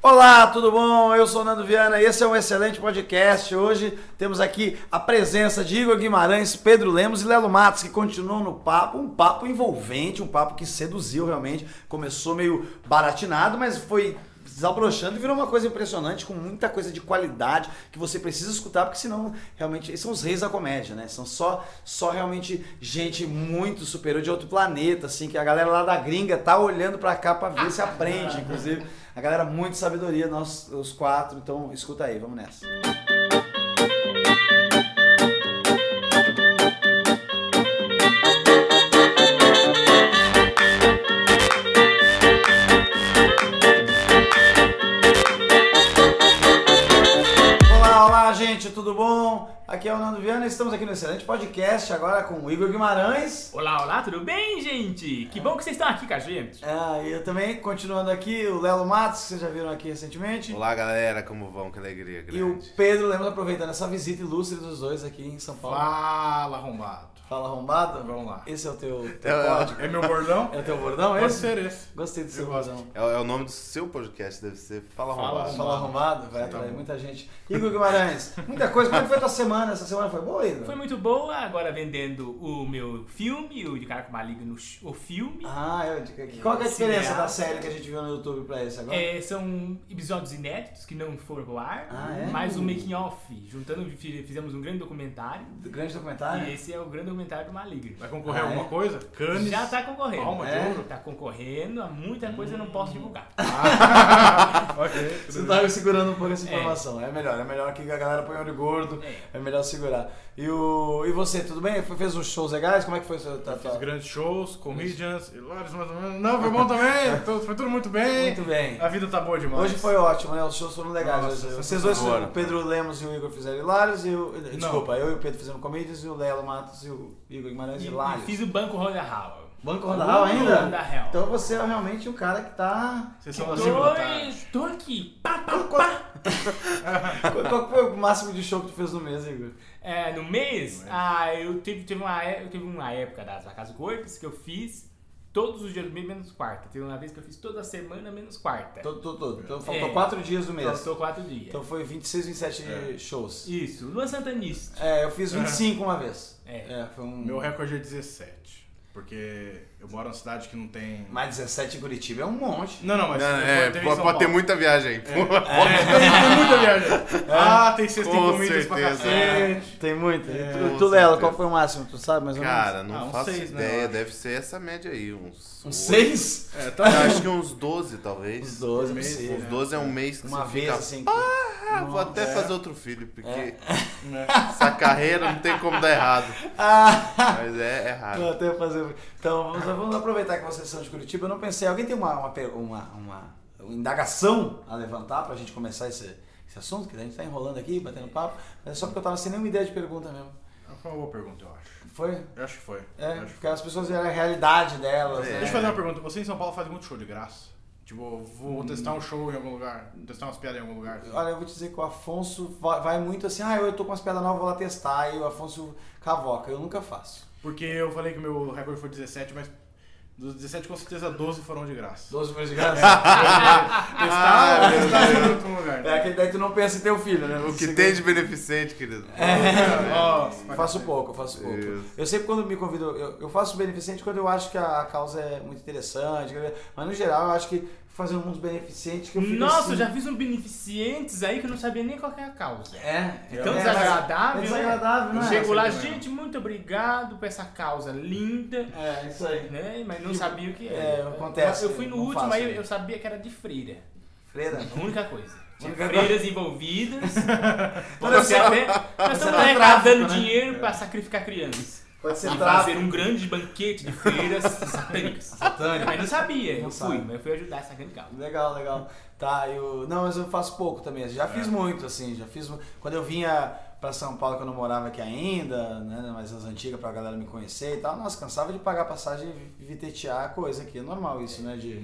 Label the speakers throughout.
Speaker 1: Olá, tudo bom? Eu sou o Nando Viana e esse é um excelente podcast. Hoje temos aqui a presença de Igor Guimarães, Pedro Lemos e Lelo Matos, que continuam no papo, um papo envolvente, um papo que seduziu realmente. Começou meio baratinado, mas foi desabrochando e virou uma coisa impressionante, com muita coisa de qualidade que você precisa escutar, porque senão realmente eles são os reis da comédia, né? São só, só realmente gente muito superior de outro planeta, assim, que a galera lá da gringa tá olhando pra cá pra ver se aprende, inclusive. A galera muito sabedoria, nós os quatro, então escuta aí, vamos nessa. Olá, olá, gente, tudo bom? Aqui é o Nando Viana e estamos aqui no excelente podcast agora com o Igor Guimarães.
Speaker 2: Olá, olá, tudo bem, gente? Que bom que vocês estão aqui com a gente.
Speaker 1: Ah, e eu também, continuando aqui, o Lelo Matos, que vocês já viram aqui recentemente.
Speaker 3: Olá, galera, como vão? Que alegria grande.
Speaker 1: E o Pedro Lemos aproveitando essa visita ilustre dos dois aqui em São Paulo.
Speaker 4: Fala, arrombado.
Speaker 1: Fala arrombado.
Speaker 4: Vamos lá.
Speaker 1: Esse é o teu, teu
Speaker 3: É, é.
Speaker 1: código.
Speaker 4: É meu bordão?
Speaker 1: É o teu bordão, é
Speaker 4: Pode
Speaker 1: esse?
Speaker 4: ser esse.
Speaker 1: Gostei do seu
Speaker 4: Eu gosto.
Speaker 1: bordão.
Speaker 3: É, o- é o nome do seu podcast, deve ser Fala
Speaker 4: Fala
Speaker 3: Rombado.
Speaker 1: Fala arrombado, vai
Speaker 4: Tá
Speaker 1: atrair
Speaker 4: bom.
Speaker 1: muita gente. Igor Guimarães, muita coisa. Como é que foi a tua semana? Essa semana foi boa, Igor?
Speaker 2: Foi muito boa, agora vendendo o meu filme, o de cara com maligno, o filme.
Speaker 1: Ah, eu, que- qual que é a diferença
Speaker 2: Cineasta.
Speaker 1: da série que a gente viu no YouTube pra esse agora?
Speaker 2: É, são episódios inéditos que não foram ao ar,
Speaker 1: Ah, é?
Speaker 2: mais um making-off. Juntando, fi- fizemos um grande documentário.
Speaker 1: Do grande documentário?
Speaker 2: E esse é o grande documentário do Maligno.
Speaker 4: Vai concorrer
Speaker 1: Ah, é?
Speaker 4: alguma coisa? Canes?
Speaker 2: Já tá concorrendo.
Speaker 4: Palma de
Speaker 1: É?
Speaker 4: ouro?
Speaker 2: Tá concorrendo, há muita coisa eu não posso divulgar.
Speaker 4: Ok.
Speaker 1: Você
Speaker 4: tudo
Speaker 1: tá segurando um pouco essa
Speaker 2: É.
Speaker 1: informação. É, melhor, é melhor que a galera põe olho gordo.
Speaker 2: É.
Speaker 1: É melhor segurar. E, o, e você, tudo bem? Foi- Fez uns shows legais? Como é que foi o seu tá,
Speaker 4: bem. Fiz grandes shows, comedians, hilários mais ou menos. Não, foi bom também. tô- Foi tudo muito bem.
Speaker 1: Muito bem.
Speaker 4: A vida tá boa demais.
Speaker 1: Hoje foi ótimo, né? Os shows foram legais.
Speaker 4: Nossa,
Speaker 1: hoje.
Speaker 4: essa
Speaker 1: Vocês dois,
Speaker 3: semana.
Speaker 1: o Pedro Lemos e o Igor fizeram hilários. E o, desculpa, eu e o Pedro fizemos comédias e o Lelo Matos e o Igor Guimarães
Speaker 2: E, e
Speaker 1: hilários.
Speaker 2: fiz o Banco Roda Hall.
Speaker 1: Banco Rodal ainda?
Speaker 2: Banco Rodal.
Speaker 1: Então você é realmente um cara que tá.
Speaker 4: Vocês são assim,
Speaker 2: Tô, estou aqui. Pá, pá,
Speaker 1: Qual,
Speaker 2: pá.
Speaker 1: qual- qual que foi o máximo de show que tu fez no mês, Igor?
Speaker 2: É, no mês, ah, eu teve, teve, uma, é- eu teve uma época das vacas gordas que eu fiz todos os dias do mês, menos quarta. Teve uma vez que eu fiz toda semana, menos quarta.
Speaker 1: Todo, todo, todo. Então faltou
Speaker 2: É.
Speaker 1: quatro dias do mês.
Speaker 2: Faltou quatro dias.
Speaker 1: Então foi 26, 27 shows.
Speaker 2: Isso, Luan Santanista.
Speaker 1: É, eu fiz 25 uma vez.
Speaker 2: É.
Speaker 1: foi um.
Speaker 4: Meu recorde é 17. Porque eu moro numa cidade que não tem...
Speaker 1: Mais 17 em Curitiba é um monte.
Speaker 4: Não, não, mas...
Speaker 3: Não, é,
Speaker 4: teve em
Speaker 3: pode,
Speaker 4: São
Speaker 3: pode ter
Speaker 4: Paulo.
Speaker 3: muita viagem aí.
Speaker 4: É, tem muita viagem.
Speaker 1: É.
Speaker 4: Ah, tem sexta em
Speaker 3: Com
Speaker 4: comidas pra
Speaker 3: certeza.
Speaker 4: cacete.
Speaker 1: Tem muito.
Speaker 4: É,
Speaker 1: E tu,
Speaker 3: com
Speaker 1: tu Lelo,
Speaker 3: certeza.
Speaker 1: qual foi o máximo? Tu sabe mais ou menos?
Speaker 3: Cara, não
Speaker 4: Ah, uns
Speaker 3: faço
Speaker 4: seis, né, eu
Speaker 3: ideia,
Speaker 4: acho.
Speaker 3: deve ser essa média aí, uns...
Speaker 1: Uns
Speaker 3: oito.
Speaker 1: 6?
Speaker 4: É, tá
Speaker 3: Eu acho que uns 12, talvez.
Speaker 1: Uns 12,
Speaker 4: Por mês,
Speaker 1: sei,
Speaker 3: Uns
Speaker 1: né?
Speaker 3: 12 é um mês que
Speaker 1: Uma
Speaker 3: você
Speaker 1: vez
Speaker 3: fica...
Speaker 1: assim.
Speaker 3: Ah, vou
Speaker 1: Nossa.
Speaker 3: até
Speaker 4: É.
Speaker 3: fazer outro filho, porque
Speaker 1: É.
Speaker 4: né?
Speaker 3: essa carreira não tem como dar errado.
Speaker 1: Ah,
Speaker 3: Mas é, é raro.
Speaker 1: vou até fazer. Então vamos, vamos aproveitar que vocês são de Curitiba. Eu não pensei. Alguém tem uma, uma, per- uma, uma- uma indagação a levantar pra gente começar esse, esse assunto? Que a gente tá enrolando aqui, batendo papo. Mas é só porque eu tava sem nenhuma ideia de pergunta mesmo.
Speaker 4: Foi uma boa pergunta, eu acho.
Speaker 1: Foi?
Speaker 4: Eu acho que foi.
Speaker 1: É,
Speaker 4: Eu acho que
Speaker 1: porque as pessoas eram a realidade delas.
Speaker 3: É.
Speaker 1: né?
Speaker 4: Deixa eu fazer uma pergunta. Você em São Paulo faz muito show de graça? Tipo, eu vou testar um show em algum lugar, testar umas piadas em algum lugar.
Speaker 1: Olha, eu vou te dizer que o Afonso va- vai muito assim, ah, eu tô com as pedras novas, vou lá testar, e o Afonso cavoca, eu nunca faço.
Speaker 4: Porque eu falei que meu recorde foi 17, mas dos 17 com certeza 12 foram de graça.
Speaker 1: 12 meses de graça.
Speaker 4: Testar, testar em outro lugar.
Speaker 1: é aquele daí que tu não pensa em ter um filho, né?
Speaker 3: O que
Speaker 1: Segura-
Speaker 3: tem de beneficente, querido?
Speaker 4: É. Nossa,
Speaker 1: Eu faço pouco, eu faço pouco.
Speaker 3: Isso.
Speaker 1: Eu sempre quando me convido, eu, eu faço beneficente quando eu acho que a causa é muito interessante, mas no geral eu acho que fazer um mundo beneficente que eu fico
Speaker 2: Nossa,
Speaker 1: assim,
Speaker 2: eu já fiz um beneficientes aí que eu não sabia nem qual que era a causa.
Speaker 1: É,
Speaker 2: É tão
Speaker 1: mas-
Speaker 2: desagradável,
Speaker 1: É
Speaker 2: né?
Speaker 1: desagradável,
Speaker 4: Eu
Speaker 1: né?
Speaker 2: Chegou lá,
Speaker 4: sei também.
Speaker 2: gente, muito obrigado por essa causa linda,
Speaker 1: É, isso aí.
Speaker 2: né? Mas não sabia o que era.
Speaker 1: É, acontece,
Speaker 2: Eu fui no
Speaker 1: não
Speaker 2: último,
Speaker 1: faço, Tá.
Speaker 2: aí eu-
Speaker 1: né?
Speaker 2: eu sabia que era de freira.
Speaker 1: Freira.
Speaker 2: A única coisa. Tinha
Speaker 1: Única
Speaker 2: freiras envolvidas.
Speaker 1: Olha
Speaker 2: Você
Speaker 1: é só.
Speaker 2: até, nós estamos
Speaker 1: Será
Speaker 2: arrecadando
Speaker 1: tráfico, né?
Speaker 2: dinheiro para sacrificar crianças.
Speaker 1: Pode ser
Speaker 2: e
Speaker 1: tráfico.
Speaker 2: fazer um grande banquete de freiras satânicas.
Speaker 1: Satânicas.
Speaker 2: Mas não sabia,
Speaker 1: Não
Speaker 2: eu
Speaker 1: sabe.
Speaker 2: fui, mas eu fui ajudar essa grande causa.
Speaker 1: Legal, legal. Tá, eu. Não, mas eu faço pouco também. Já fiz muito, assim, já fiz. mu- Quando eu vinha pra São Paulo, que eu não morava aqui ainda, né? Mas as antigas pra galera me conhecer e tal, nossa, cansava de pagar passagem e vitetear a coisa aqui. É normal isso, né? De.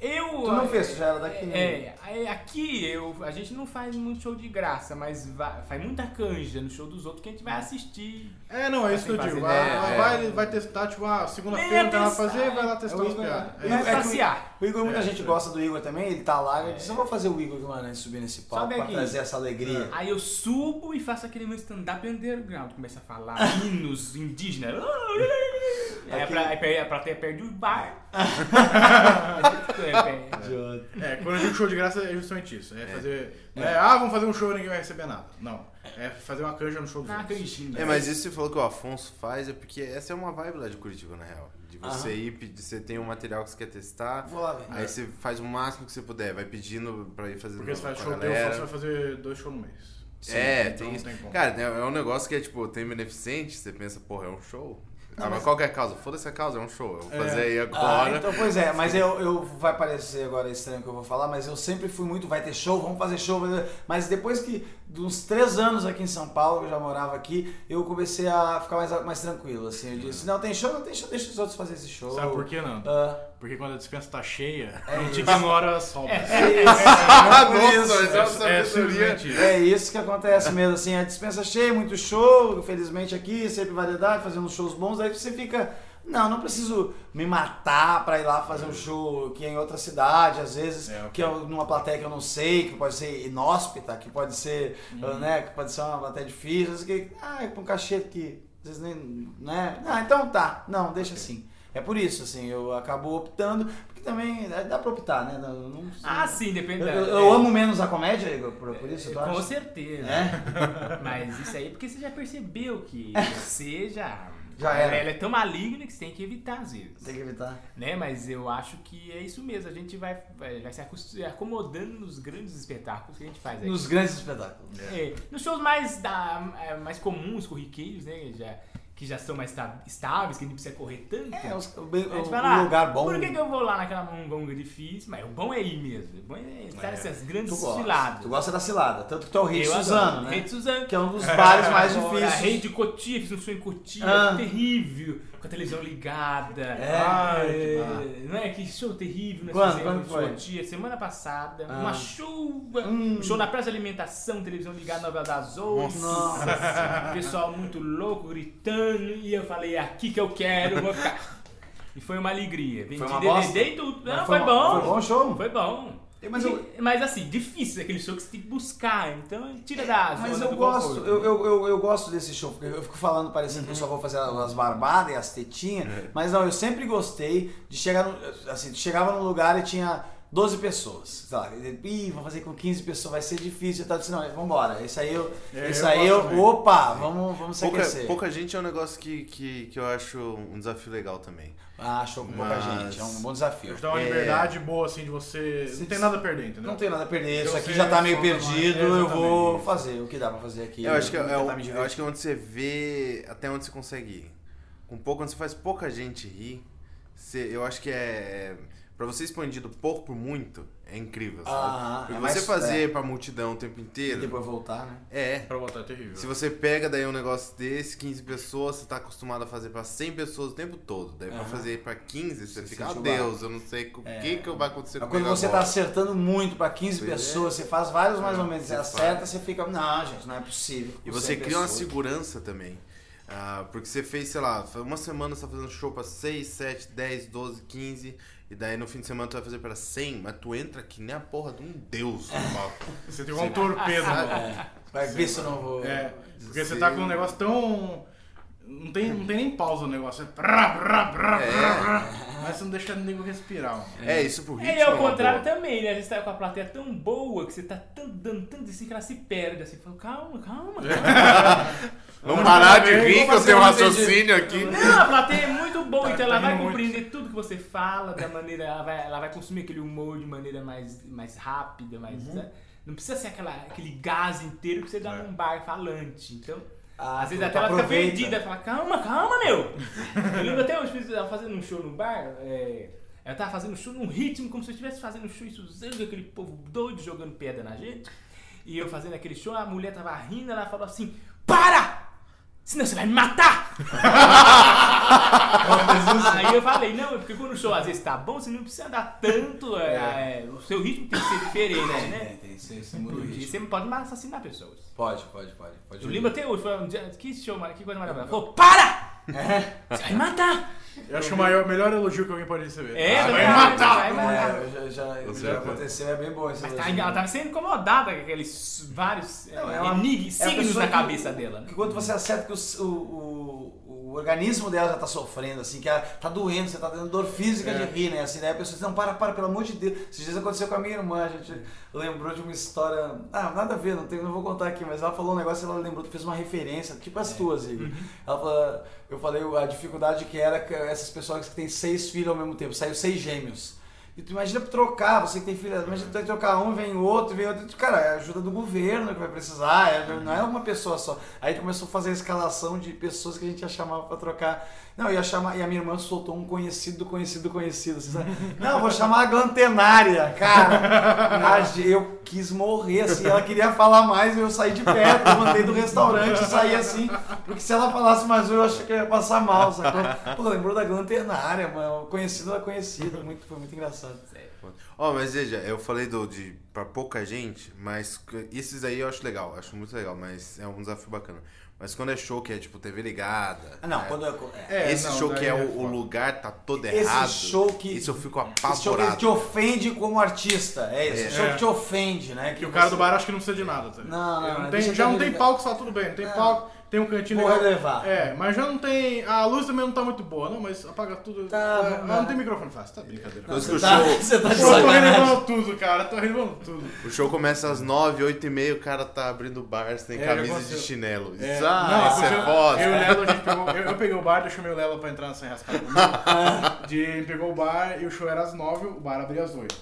Speaker 2: Eu.
Speaker 1: Tu não
Speaker 2: é,
Speaker 1: fez, já era daqui, né?
Speaker 2: É, é, aqui eu, a gente não faz muito show de graça, mas va- faz muita canja no show dos outros que a gente vai assistir.
Speaker 4: É, não, é isso que eu
Speaker 2: Assim,
Speaker 4: digo.
Speaker 2: fazer-
Speaker 4: Ah,
Speaker 3: é,
Speaker 4: vai, vai testar, tipo, ah, segunda-feira não tem nada a fazer, vai lá testar
Speaker 1: É o
Speaker 4: os
Speaker 1: Igor,
Speaker 4: piadas.
Speaker 1: né?
Speaker 4: É
Speaker 2: Vai
Speaker 4: isso.
Speaker 1: é que-
Speaker 2: passear.
Speaker 1: O Igor, muita
Speaker 4: É,
Speaker 1: gente
Speaker 4: é.
Speaker 1: gosta do Igor também, ele tá lá, ele disse, eu vou fazer o Igor Guimarães subir nesse palco
Speaker 2: Sobe
Speaker 1: pra
Speaker 2: aqui.
Speaker 1: trazer essa alegria.
Speaker 2: Aí eu subo e faço aquele meu stand-up underground. Começa a falar hinos indígenas. É pra, é pra, é pra ter perdido o bar. É, é.
Speaker 1: Idiota.
Speaker 4: É, quando a gente show de graça é justamente isso. É fazer. não é, ah, vamos fazer um show e ninguém vai receber nada. Não. É fazer uma canja no show dos
Speaker 2: Na
Speaker 4: outros.
Speaker 2: canjinha.
Speaker 3: É, mas isso que você falou que o Afonso faz é porque essa é uma vibe lá de Curitiba, na real. De você ir, pedir- você tem um material que você quer testar,
Speaker 1: Vou lá ver.
Speaker 3: aí você faz o máximo que você puder, vai pedindo pra ir fazendo
Speaker 4: Porque você
Speaker 3: com a
Speaker 4: faz show teu,
Speaker 3: galera.
Speaker 4: você vai fazer dois shows no mês.
Speaker 3: é,
Speaker 4: então
Speaker 3: tem
Speaker 4: não
Speaker 3: isso.
Speaker 4: tem como.
Speaker 3: Cara, né, é um negócio que é tipo, tem beneficente, você pensa, porra, é um show. ah, mas qual que é a causa? Foda-se a causa, é um show. Eu vou
Speaker 4: É.
Speaker 3: fazer aí
Speaker 1: Ah,
Speaker 3: agora.
Speaker 1: então, pois é, mas eu, eu vai parecer agora estranho o que eu vou falar, mas eu sempre fui muito, vai ter show, vamos fazer show, vai ter- mas depois que de uns três anos aqui em São Paulo, eu já morava aqui, eu comecei a ficar mais, mais tranquilo, assim, eu disse, não, tem show, não tem show, deixa os outros fazer esse show.
Speaker 4: Sabe por quê, Nando?
Speaker 1: Ah,
Speaker 4: Porque quando a dispensa tá cheia, a gente ignora as sobras. É,
Speaker 3: Ah,
Speaker 1: por isso.
Speaker 3: nossa,
Speaker 4: é,
Speaker 3: essa é, sabedoria.
Speaker 4: simplesmente isso.
Speaker 1: é isso que acontece mesmo, assim, a dispensa cheia, muito show, felizmente aqui, sempre variedade, fazendo uns shows bons, aí você fica, não, não preciso me matar pra ir lá fazer um show que é em outra cidade, às vezes,
Speaker 4: É, ok.
Speaker 1: que é numa plateia que eu não sei, que pode ser inóspita, que pode ser,
Speaker 4: Uhum.
Speaker 1: né, que pode ser uma plateia difícil, não sei o quê. ah, é com um cachê que, às vezes nem, né, ah, então tá, não, deixa assim. É por isso, assim, eu acabo optando, porque também é, dá pra optar, né, não... não-
Speaker 2: Ah, sim, depende
Speaker 1: eu,
Speaker 2: da-
Speaker 1: eu- eu amo menos a comédia, Igor, por, por isso, tu
Speaker 2: É. Com
Speaker 1: acha?
Speaker 2: certeza.
Speaker 1: É?
Speaker 2: Mas isso aí é porque você já percebeu que você já.
Speaker 1: Já era.
Speaker 2: Ela é tão maligna que você tem que evitar às vezes.
Speaker 1: Tem que evitar.
Speaker 2: Né? Mas eu acho que é isso mesmo. A gente vai, vai, vai se acos- acomodando nos grandes espetáculos que a gente faz aí.
Speaker 1: Nos grandes espetáculos.
Speaker 2: É, nos shows mais, da, é, mais comuns, corriqueiros, né? Já, que já são mais esta- estáveis, que não precisa correr tanto.
Speaker 1: É, os, o, bem-
Speaker 2: a gente
Speaker 1: o-
Speaker 2: vai
Speaker 1: o
Speaker 2: lá,
Speaker 1: lugar bom. um
Speaker 2: Por que, que eu vou lá naquela mongonga difícil? Mas o bom é ir mesmo. O bom é estar nessas
Speaker 1: tu
Speaker 2: grandes
Speaker 1: gosta?
Speaker 2: filadas.
Speaker 1: Tu gosta da cilada. Tanto que tu é o rei de
Speaker 2: Eu adoro.
Speaker 1: Suzano, né?
Speaker 2: Rei de Suzano.
Speaker 1: Que é um dos bares mais
Speaker 2: Agora,
Speaker 1: difíceis.
Speaker 2: Rei de Cotia, fiz um show em Cotia,
Speaker 1: Ah.
Speaker 2: terrível, com a televisão ligada.
Speaker 1: É.
Speaker 4: Ai, que
Speaker 2: É,
Speaker 4: barra.
Speaker 2: não é? Que show terrível, nós
Speaker 1: Quando?
Speaker 2: fizemos
Speaker 1: Quando
Speaker 2: em
Speaker 1: foi?
Speaker 2: Cotia, semana passada,
Speaker 1: Ah.
Speaker 2: uma chuva,
Speaker 1: Hum.
Speaker 2: um show na Praça de Alimentação, televisão ligada, novela das oito.
Speaker 1: Nossa.
Speaker 2: Senhora. pessoal muito louco, gritando, e eu falei, é aqui que eu quero, vou ficar. E foi uma alegria. Vendi
Speaker 1: uma bosta?
Speaker 2: DVD e tudo.
Speaker 1: Mas
Speaker 2: Não,
Speaker 1: foi
Speaker 2: foi,
Speaker 1: uma-
Speaker 2: bom.
Speaker 1: foi bom o show?
Speaker 2: Foi bom.
Speaker 1: Eu- mas eu-
Speaker 2: E- mas, assim, difícil aquele show que você tem que buscar. Então tira
Speaker 3: Ah,
Speaker 2: da zona
Speaker 1: Mas eu
Speaker 2: do
Speaker 1: gosto,
Speaker 2: conforto.
Speaker 1: eu, eu, eu, eu gosto desse show, porque eu fico falando parecendo
Speaker 3: Uhum.
Speaker 1: que eu só vou fazer as barbadas e as tetinhas,
Speaker 3: É.
Speaker 1: mas não, eu sempre gostei de chegar no, assim, tu chegava num lugar e tinha 12 pessoas, sei lá, e, ih, vou fazer com 15 pessoas, vai ser difícil, eu tava dizendo, não, vambora, isso aí eu,
Speaker 4: É,
Speaker 1: isso
Speaker 4: eu
Speaker 1: aí
Speaker 4: gosto
Speaker 1: eu,
Speaker 4: também.
Speaker 1: opa, vamos, vamos se
Speaker 3: É. Pouca,
Speaker 1: aquecer.
Speaker 3: pouca gente é um negócio que, que, que eu acho um desafio legal também.
Speaker 1: Ah, show com pouca
Speaker 3: Mas-
Speaker 1: gente, é um bom desafio.
Speaker 4: Dá uma
Speaker 3: É.
Speaker 4: liberdade boa, assim, de você.
Speaker 1: Se-
Speaker 4: Não tem nada a perder, entendeu?
Speaker 1: Não tenho nada a perder, isso
Speaker 4: Eu
Speaker 1: aqui
Speaker 4: sei,
Speaker 1: já tá meio
Speaker 4: só tomar-
Speaker 1: perdido,
Speaker 4: É,
Speaker 1: eu vou
Speaker 4: exatamente.
Speaker 1: fazer o que dá pra fazer aqui.
Speaker 3: Eu acho, que é,
Speaker 1: vou
Speaker 3: é
Speaker 1: tentar
Speaker 3: um-
Speaker 1: tá me
Speaker 3: eu acho que é onde você vê até onde você consegue ir. Com pouco, quando você faz pouca gente rir, você- eu acho que é. Pra você expandir do pouco pro muito, é incrível. Sabe?
Speaker 1: Ah,
Speaker 3: Porque
Speaker 1: é
Speaker 3: você
Speaker 1: mais-
Speaker 3: fazer pra multidão o tempo
Speaker 1: divertir.
Speaker 3: inteiro.
Speaker 1: E depois voltar, né?
Speaker 3: É.
Speaker 4: Pra voltar é terrível.
Speaker 3: Se você pega daí um negócio desse, 15 pessoas, você tá acostumado a fazer pra 100 pessoas o tempo todo. Daí pra
Speaker 1: Aham.
Speaker 3: fazer pra 15, você
Speaker 1: Você
Speaker 3: fica, ah,
Speaker 1: sente o
Speaker 3: Deus, eu não sei o que que vai acontecer
Speaker 1: Mas quando
Speaker 3: comigo
Speaker 1: você tá
Speaker 3: agora.
Speaker 1: acertando muito pra 15
Speaker 3: Pois é.
Speaker 1: pessoas, você faz vários mais ou menos, você
Speaker 3: Você
Speaker 1: acerta,
Speaker 3: faz.
Speaker 1: você fica, não, gente, não é possível.
Speaker 3: E
Speaker 1: com
Speaker 3: você
Speaker 1: 100
Speaker 3: cria uma
Speaker 1: pessoas."
Speaker 3: segurança também. Ah, porque você fez, sei lá, uma semana você tá fazendo show pra 6, 7, 10, 12, 15, e daí no fim de semana tu vai fazer pra 100, mas tu entra que nem a porra de um deus no palco.
Speaker 4: Você tem igual um
Speaker 3: Sim.
Speaker 4: torpedo, mano.
Speaker 1: Vai ver se eu não vou.
Speaker 4: É, porque você
Speaker 3: Sim.
Speaker 4: tá com um negócio tão. Não tem, não tem nem pausa no negócio. É. Brá, brá, brá, brá, brá. Mas você não deixa ninguém respirar, mano.
Speaker 3: É, isso pro ritmo.
Speaker 2: É, e ao
Speaker 3: uma
Speaker 2: contrário
Speaker 3: boa.
Speaker 2: também, né? A gente tá com a plateia tão boa que você tá tão, dando tanto assim que ela se perde. Assim, fala, calma, calma.
Speaker 4: É.
Speaker 2: calma.
Speaker 3: Vamos parar de
Speaker 4: Vamos
Speaker 3: rir que eu
Speaker 4: fazer
Speaker 3: tenho um
Speaker 4: um
Speaker 3: raciocínio aqui.
Speaker 2: Não, a plateia é muito boa,
Speaker 4: Tá-
Speaker 2: então
Speaker 4: tá
Speaker 2: ela vai
Speaker 4: rindo muito.
Speaker 2: compreender tudo que você fala da maneira. Ela vai, ela vai consumir aquele humor de maneira mais, mais rápida, mais. né? Não precisa ser aquela, aquele gás inteiro que você dá
Speaker 4: Uhum. É.
Speaker 2: num bar falante. Então.
Speaker 1: Ah,
Speaker 2: Às vezes
Speaker 1: tu
Speaker 2: até ela fica
Speaker 1: aproveita.
Speaker 2: perdida, fala, calma, calma, meu! Eu lembro até hoje, eu tava fazendo um show no bar, é, eu tava fazendo um show num ritmo, como se eu estivesse fazendo um show em Suzano, aquele povo doido jogando pedra na gente. E eu fazendo aquele show, a mulher tava rindo, ela falou assim, para! senão você vai me matar! Aí eu falei, não, é porque quando o show às vezes tá bom, você não precisa dar tanto. é, é, o seu ritmo tem que ser diferente,
Speaker 1: É,
Speaker 2: né?
Speaker 5: Tem, tem, você, você muda o
Speaker 2: Porque
Speaker 5: ritmo.
Speaker 2: você não pode mais assassinar pessoas.
Speaker 5: Pode, pode, pode. pode
Speaker 2: Eu lembro até hoje, foi um dia, que show, mara- que coisa
Speaker 1: É.
Speaker 2: maravilhosa. Falou, para! Você vai me matar!
Speaker 4: Eu acho o maior, melhor elogio que alguém pode receber.
Speaker 1: Ah,
Speaker 4: Ah,
Speaker 2: É,
Speaker 4: vai
Speaker 2: verdade,
Speaker 4: matar!
Speaker 2: vai matar.
Speaker 5: É, eu já, já,
Speaker 3: Com
Speaker 5: já
Speaker 3: certeza.
Speaker 5: aconteceu, é bem bom esse
Speaker 2: Mas tá-
Speaker 5: elogio.
Speaker 2: ela tava sendo incomodada com aqueles vários é,
Speaker 1: Não, ela-
Speaker 2: enigmas,
Speaker 1: é a
Speaker 2: signos
Speaker 1: pessoa
Speaker 2: na
Speaker 1: que-
Speaker 2: cabeça dela, né?
Speaker 1: Porque quando você acerta que o, o, o- o organismo dela já tá sofrendo, assim, que ela tá doendo, você tá tendo dor física de rir, né? Assim, né? A pessoa diz, não, para, para, pelo amor de Deus. Esses dias aconteceu com a minha irmã, a gente lembrou de uma história. Ah, nada a ver, não, tem, não vou contar aqui, mas ela falou um negócio, ela lembrou, fez uma referência, tipo as tuas, Igor. Ela falou, eu falei a dificuldade que era que essas pessoas que têm seis filhos ao mesmo tempo, saiu seis gêmeos. E tu imagina trocar, você que tem filha, imagina tu trocar um, vem outro, vem outro. Cara, é ajuda do governo que vai precisar, é- não é uma pessoa só. Aí tu começou a fazer a escalação de pessoas que a gente ia chamar pra trocar. Não, ia chamar, e a minha irmã soltou um conhecido, do conhecido, do conhecido. assim, sabe? Não, vou chamar a Glantenária, cara. A ge- Eu quis morrer, assim, ela queria falar mais, eu saí de perto, eu mandei do restaurante, eu saí assim, porque se ela falasse mais um, eu achei que eu ia passar mal, sacou? Pô, lembrou da Glantenária, mano, conhecido da conhecida, muito, foi muito engraçado.
Speaker 3: Ó, mas veja, eu falei do, de pra pouca gente, mas c- esses aí eu acho legal, acho muito legal, mas é um desafio bacana. Mas quando é show que é tipo TV ligada.
Speaker 1: Ah, não,
Speaker 3: é,
Speaker 1: quando eu. É,
Speaker 4: É,
Speaker 3: Esse
Speaker 4: não,
Speaker 3: show que
Speaker 4: daí
Speaker 3: é o,
Speaker 4: é
Speaker 3: o
Speaker 4: foda.
Speaker 3: lugar tá todo
Speaker 1: Esse
Speaker 3: errado.
Speaker 1: show que-
Speaker 3: Isso eu fico
Speaker 1: esse show que te
Speaker 3: apavorado.
Speaker 1: ofende como artista, é isso.
Speaker 3: É.
Speaker 1: Esse show
Speaker 4: É.
Speaker 1: que te ofende, né?
Speaker 4: Que o cara
Speaker 1: você-
Speaker 4: do bar acho que não precisa de nada, tá ligado?
Speaker 1: Não, não,
Speaker 4: Ele
Speaker 1: não,
Speaker 4: tem-
Speaker 1: deixa É.
Speaker 4: já não
Speaker 1: ele
Speaker 4: tem
Speaker 1: ligar.
Speaker 4: palco, só tudo bem. Não tem
Speaker 1: Não.
Speaker 4: palco, tem um cantinho
Speaker 1: Vou
Speaker 4: legal.
Speaker 1: relevar.
Speaker 4: É, mas já não tem. A luz também não tá muito boa, não, mas apaga tudo.
Speaker 1: Tá,
Speaker 4: É,
Speaker 1: vamos
Speaker 4: não,
Speaker 1: lá.
Speaker 4: tem microfone fácil, tá brincadeira.
Speaker 3: Depois que o
Speaker 1: Você tá,
Speaker 3: show,
Speaker 1: você tá de
Speaker 4: Pô, eu tô
Speaker 1: sacanagem.
Speaker 4: relevando tudo, cara. Tô relevando tudo.
Speaker 3: o show começa às 9, 8 e meia, o cara tá abrindo bar sem
Speaker 4: É, já
Speaker 3: camisa de
Speaker 4: aconteceu.
Speaker 3: chinelo.
Speaker 4: É,
Speaker 3: Isso, ah,
Speaker 4: não,
Speaker 3: isso
Speaker 4: porque
Speaker 3: é
Speaker 4: eu-
Speaker 3: foda.
Speaker 4: Eu, e o Lelo, a gente pegou, eu, eu peguei o bar, deixei o meu Lelo pra entrar sem rascar comigo. De, pegou o bar e o show era às nove, o bar abria às oito.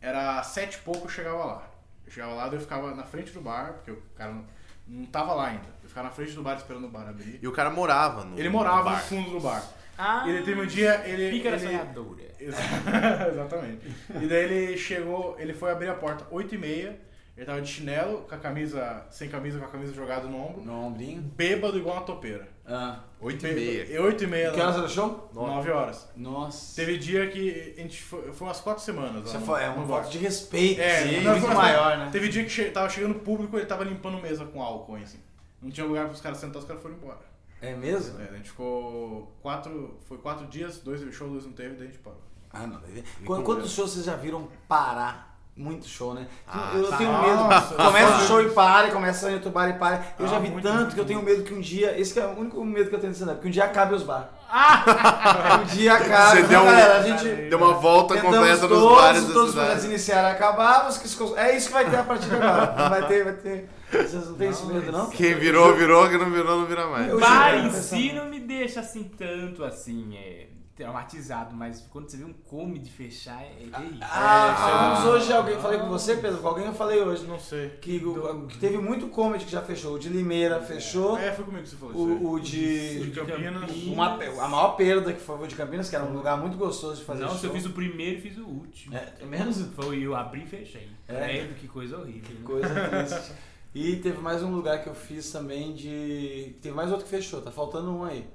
Speaker 4: Era às sete e pouco, eu chegava lá. Eu chegava lá, daí eu ficava na frente do bar, porque o cara não, não tava lá ainda. Eu ficava na frente do bar esperando o bar abrir.
Speaker 3: E o cara morava no
Speaker 4: Ele
Speaker 3: no
Speaker 4: morava assim, no
Speaker 3: bar.
Speaker 4: fundo do bar.
Speaker 2: Ah,
Speaker 4: Ele teve um dia, ele...
Speaker 2: pícara
Speaker 4: ele-
Speaker 2: sonhadora.
Speaker 4: Exa- Exatamente. E daí ele chegou, ele foi abrir a porta 8 e meia, ele tava de chinelo, com a camisa, sem camisa, com a camisa jogada no ombro,
Speaker 5: No ombrinho?
Speaker 4: bêbado igual uma topeira.
Speaker 5: Ah,
Speaker 3: 8 e meia.
Speaker 4: 8 e meia.
Speaker 1: Que horas era o show?
Speaker 4: 9 horas.
Speaker 5: nossa.
Speaker 4: Teve dia que a gente foi, foi umas 4 semanas. lá
Speaker 1: Você
Speaker 4: no-
Speaker 1: foi, é
Speaker 4: no
Speaker 1: um
Speaker 4: bar.
Speaker 1: voto de respeito,
Speaker 4: É,
Speaker 1: assim,
Speaker 4: não,
Speaker 1: muito
Speaker 4: foi-
Speaker 1: maior, né?
Speaker 4: Teve dia que che- tava chegando público, ele tava limpando mesa com álcool, assim. Não tinha lugar pros caras sentar, os caras foram embora.
Speaker 1: É mesmo?
Speaker 4: É, a gente ficou quatro, foi quatro dias, dois teve show, dois não teve, daí a gente parou.
Speaker 1: Ah, não, deve. Qu- Quantos shows vocês já viram parar? Muito show, né? eu
Speaker 4: tá.
Speaker 1: tenho medo.
Speaker 4: Nossa,
Speaker 1: começa o
Speaker 4: nossa.
Speaker 1: show e para, começa outro bar e para. Eu
Speaker 4: Ah,
Speaker 1: já vi
Speaker 4: muito,
Speaker 1: tanto
Speaker 4: muito,
Speaker 1: que eu tenho medo que um dia. Esse que é o único medo que eu tenho de stand-up, que um dia acabe os bar. um dia acabe.
Speaker 3: Você deu um-
Speaker 1: Galera, a gente,
Speaker 3: Deu uma volta
Speaker 1: Tentamos
Speaker 3: completa
Speaker 1: todos,
Speaker 3: nos bares da
Speaker 1: todos os
Speaker 3: cidade.
Speaker 1: projetos iniciaram a acabar, os que esco- é isso que vai ter a partir de agora. Não Vai ter, vai ter. Vocês não têm esse medo, não?
Speaker 3: Quem virou, virou, quem não virou, não vira mais.
Speaker 1: Eu
Speaker 2: Bar
Speaker 1: juro,
Speaker 2: em
Speaker 1: eu
Speaker 2: si
Speaker 1: pensava.
Speaker 2: não me deixa assim tanto assim, é, traumatizado, mas quando você vê um comedy fechar, é, é isso.
Speaker 1: Ah, falamos hoje alguém. Falei com você, Pedro? Com alguém eu falei hoje.
Speaker 4: Não sei.
Speaker 1: Que, o- que teve muito comedy que já fechou. O de Limeira fechou.
Speaker 4: É, foi comigo que você falou isso. aí.
Speaker 1: O, o ah, de.
Speaker 4: de Campinas.
Speaker 1: Uma, a maior perda que foi o de Campinas, que era um lugar muito gostoso de fazer
Speaker 2: Não, se
Speaker 1: show.
Speaker 2: eu fiz o primeiro, fiz o último.
Speaker 1: É, menos
Speaker 2: Foi eu abri e fechei.
Speaker 1: É.
Speaker 2: É, que coisa horrível. né?
Speaker 1: coisa triste. E teve mais um lugar que eu fiz também de. Teve mais outro que fechou, tá faltando um aí.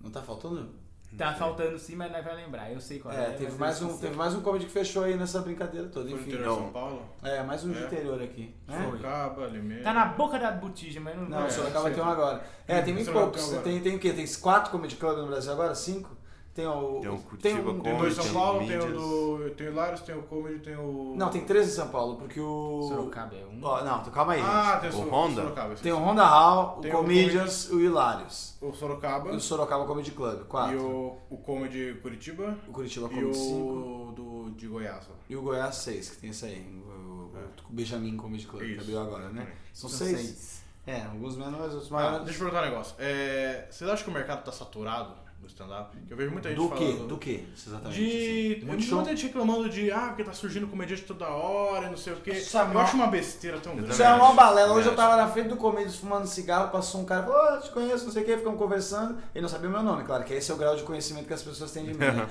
Speaker 1: Não tá faltando?
Speaker 2: Tá faltando sim, mas nós vai lembrar. Eu sei qual é.
Speaker 1: É, teve
Speaker 2: mas
Speaker 1: mais,
Speaker 2: eu
Speaker 1: um,
Speaker 2: esqueci.
Speaker 1: teve mais um comedy que fechou aí nessa brincadeira toda,
Speaker 4: Foi no
Speaker 1: enfim.
Speaker 4: interior de
Speaker 3: não.
Speaker 4: São Paulo?
Speaker 1: É, mais um de
Speaker 4: É.
Speaker 1: interior aqui. né?
Speaker 2: Foi.
Speaker 4: Sorocaba, Limeira.
Speaker 2: Tá na boca da botija, mas não
Speaker 1: Não,
Speaker 2: é.
Speaker 1: o Sorocaba
Speaker 4: sei.
Speaker 1: tem um agora. É, tem bem
Speaker 4: Sorocaba
Speaker 1: poucos.
Speaker 4: tem agora.
Speaker 1: Tem, tem o quê? Tem quatro comedy club no Brasil agora? Cinco? Tem um, o.
Speaker 3: Tem o Curitiba Comedy.
Speaker 4: Tem dois em São
Speaker 3: Tem
Speaker 4: Paulo, tem o
Speaker 3: mídias.
Speaker 4: do. Tem o Hilários, tem o Comedy, tem o.
Speaker 1: Não, tem três em São Paulo, porque o.
Speaker 2: Sorocaba é um.
Speaker 1: Ó, não, calma aí.
Speaker 4: Ah, tem o,
Speaker 3: O
Speaker 4: Sor-
Speaker 3: Honda?
Speaker 4: Sorocaba.
Speaker 1: gente. Tem o Honda Hall, o
Speaker 4: Tem o
Speaker 1: Comedians, o Hilários.
Speaker 4: O Sorocaba.
Speaker 1: E o Sorocaba Comedy Club, quatro.
Speaker 4: E o, o Comedy Curitiba.
Speaker 1: O Curitiba
Speaker 4: E
Speaker 1: Comedy 5.
Speaker 4: o do, de Goiás. ó.
Speaker 1: E o Goiás 6, que tem isso aí. O, o,
Speaker 3: É.
Speaker 1: o Benjamin Comedy Club, que
Speaker 4: Isso,
Speaker 1: abriu agora, né? São
Speaker 2: São
Speaker 1: seis.
Speaker 2: seis.
Speaker 1: É, alguns menores, outros
Speaker 4: Ah,
Speaker 1: maiores.
Speaker 4: deixa eu perguntar um negócio. É, vocês acham que o mercado tá saturado do stand-up? Que Eu vejo muita gente
Speaker 1: Do
Speaker 4: falando.
Speaker 1: que? Do que? Exatamente.
Speaker 4: De.
Speaker 1: assim.
Speaker 4: eu
Speaker 1: Muito
Speaker 4: vejo
Speaker 1: show.
Speaker 4: Muita gente reclamando de. Ah, porque tá surgindo comediante toda hora, e não sei o quê.
Speaker 1: Isso é
Speaker 4: eu
Speaker 1: mó-
Speaker 4: acho uma besteira tão grande.
Speaker 1: Isso é uma balela. Hoje eu
Speaker 3: Verdade.
Speaker 1: tava na frente do Comedians fumando cigarro, passou um cara, falou, "Ah, te conheço, não sei o que, ficamos conversando. Ele não sabia o meu nome, claro, que esse é o grau de conhecimento que as pessoas têm de mim. Né?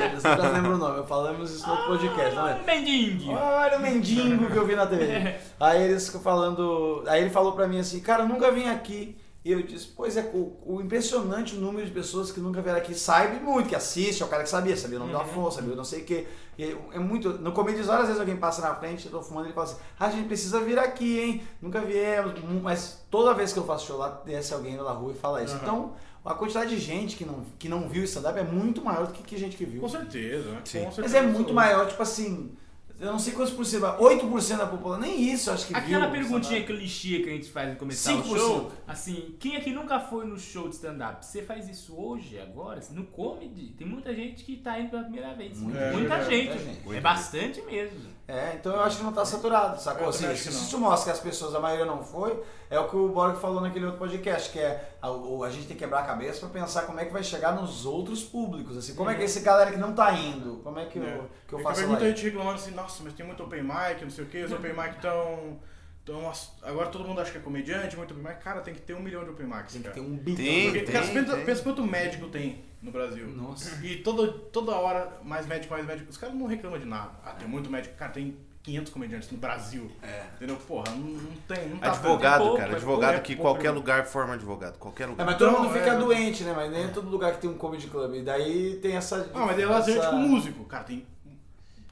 Speaker 1: é, eles nunca lembram o nome, falamos isso no outro podcast, não é?
Speaker 2: Ah, Mendingue.
Speaker 1: Olha o
Speaker 4: É.
Speaker 1: mendigo que eu vi na TV. aí eles ficam falando. Aí ele falou pra mim assim, cara, eu nunca vim aqui. E eu disse, pois é, o, o impressionante número de pessoas que nunca vieram aqui sabe muito, que assiste, é o cara que sabia, sabia o nome do
Speaker 4: Uhum.
Speaker 1: Afonso, sabia não sei o quê. E é- é muito. No Comedies, várias vezes alguém passa na frente, eu tô fumando, ele fala assim, ah, a gente precisa vir aqui, hein? Nunca viemos. Hum, Mas toda vez que eu faço show lá, desce alguém lá na rua e fala isso.
Speaker 4: Aham.
Speaker 1: Então, a quantidade de gente que não, que não viu o stand-up é muito maior do que, que gente que viu.
Speaker 4: Com certeza, né?
Speaker 3: Sim.
Speaker 4: Com certeza.
Speaker 1: Mas é muito maior, tipo assim, eu não sei quantos por cento, mas 8% da população, nem isso eu acho que
Speaker 2: Aquela
Speaker 1: viu,
Speaker 2: perguntinha que eu lixia que a gente faz no começar o
Speaker 1: 5%.
Speaker 2: show, assim, quem aqui nunca foi no show de stand-up? Você faz isso hoje, agora? Assim, no comedy? Tem muita gente que tá indo pela primeira vez.
Speaker 1: Muita
Speaker 2: Muita,
Speaker 4: gente.
Speaker 2: gente.
Speaker 1: Muita gente.
Speaker 2: É bastante mesmo.
Speaker 1: É, então eu acho que não tá saturado, sacou?
Speaker 4: Eu
Speaker 1: Assim,
Speaker 4: também acho
Speaker 1: se
Speaker 4: que não.
Speaker 1: isso mostra que as pessoas, a maioria não foi, é o que o Borg falou naquele outro podcast, que é a, o- a gente tem que quebrar a cabeça pra pensar como é que vai chegar nos outros públicos, assim, como é que esse galera que não tá indo, como é que eu,
Speaker 4: Uhum. É.
Speaker 1: que eu
Speaker 4: Eu
Speaker 1: faço
Speaker 4: também
Speaker 1: lá?
Speaker 4: muita gente reclamando assim, nossa, mas tem muito open mic, não sei o que, os open mic estão. Tão, ass- agora todo mundo acha que é comediante, muito open mic. Cara, tem que ter um milhão de open mics.
Speaker 1: Tem que
Speaker 4: cara.
Speaker 1: ter um bilhão.
Speaker 3: Tem.
Speaker 4: Porque, cara,
Speaker 3: tem,
Speaker 4: pensa,
Speaker 3: tem.
Speaker 4: pensa quanto médico tem no Brasil.
Speaker 1: Nossa.
Speaker 4: E toda, toda hora, mais médico, mais médico. Os caras não reclamam de nada. Ah, tem muito médico. Cara, tem 500 comediantes no Brasil.
Speaker 1: É.
Speaker 4: Entendeu? Porra, não, não tem. Não tá
Speaker 3: Advogado,
Speaker 2: pouco,
Speaker 3: cara.
Speaker 2: é
Speaker 3: Advogado
Speaker 4: pouco,
Speaker 3: que
Speaker 4: é pouco,
Speaker 3: qualquer
Speaker 4: é
Speaker 3: lugar forma advogado. Qualquer
Speaker 1: É,
Speaker 3: lugar.
Speaker 1: mas todo
Speaker 4: Então,
Speaker 1: mundo fica
Speaker 4: é.
Speaker 1: doente, né? Mas nem em todo lugar que tem um comedy club. E daí tem essa.
Speaker 4: Ah, mas ele é lazer
Speaker 1: essa-
Speaker 4: tipo músico. Cara, tem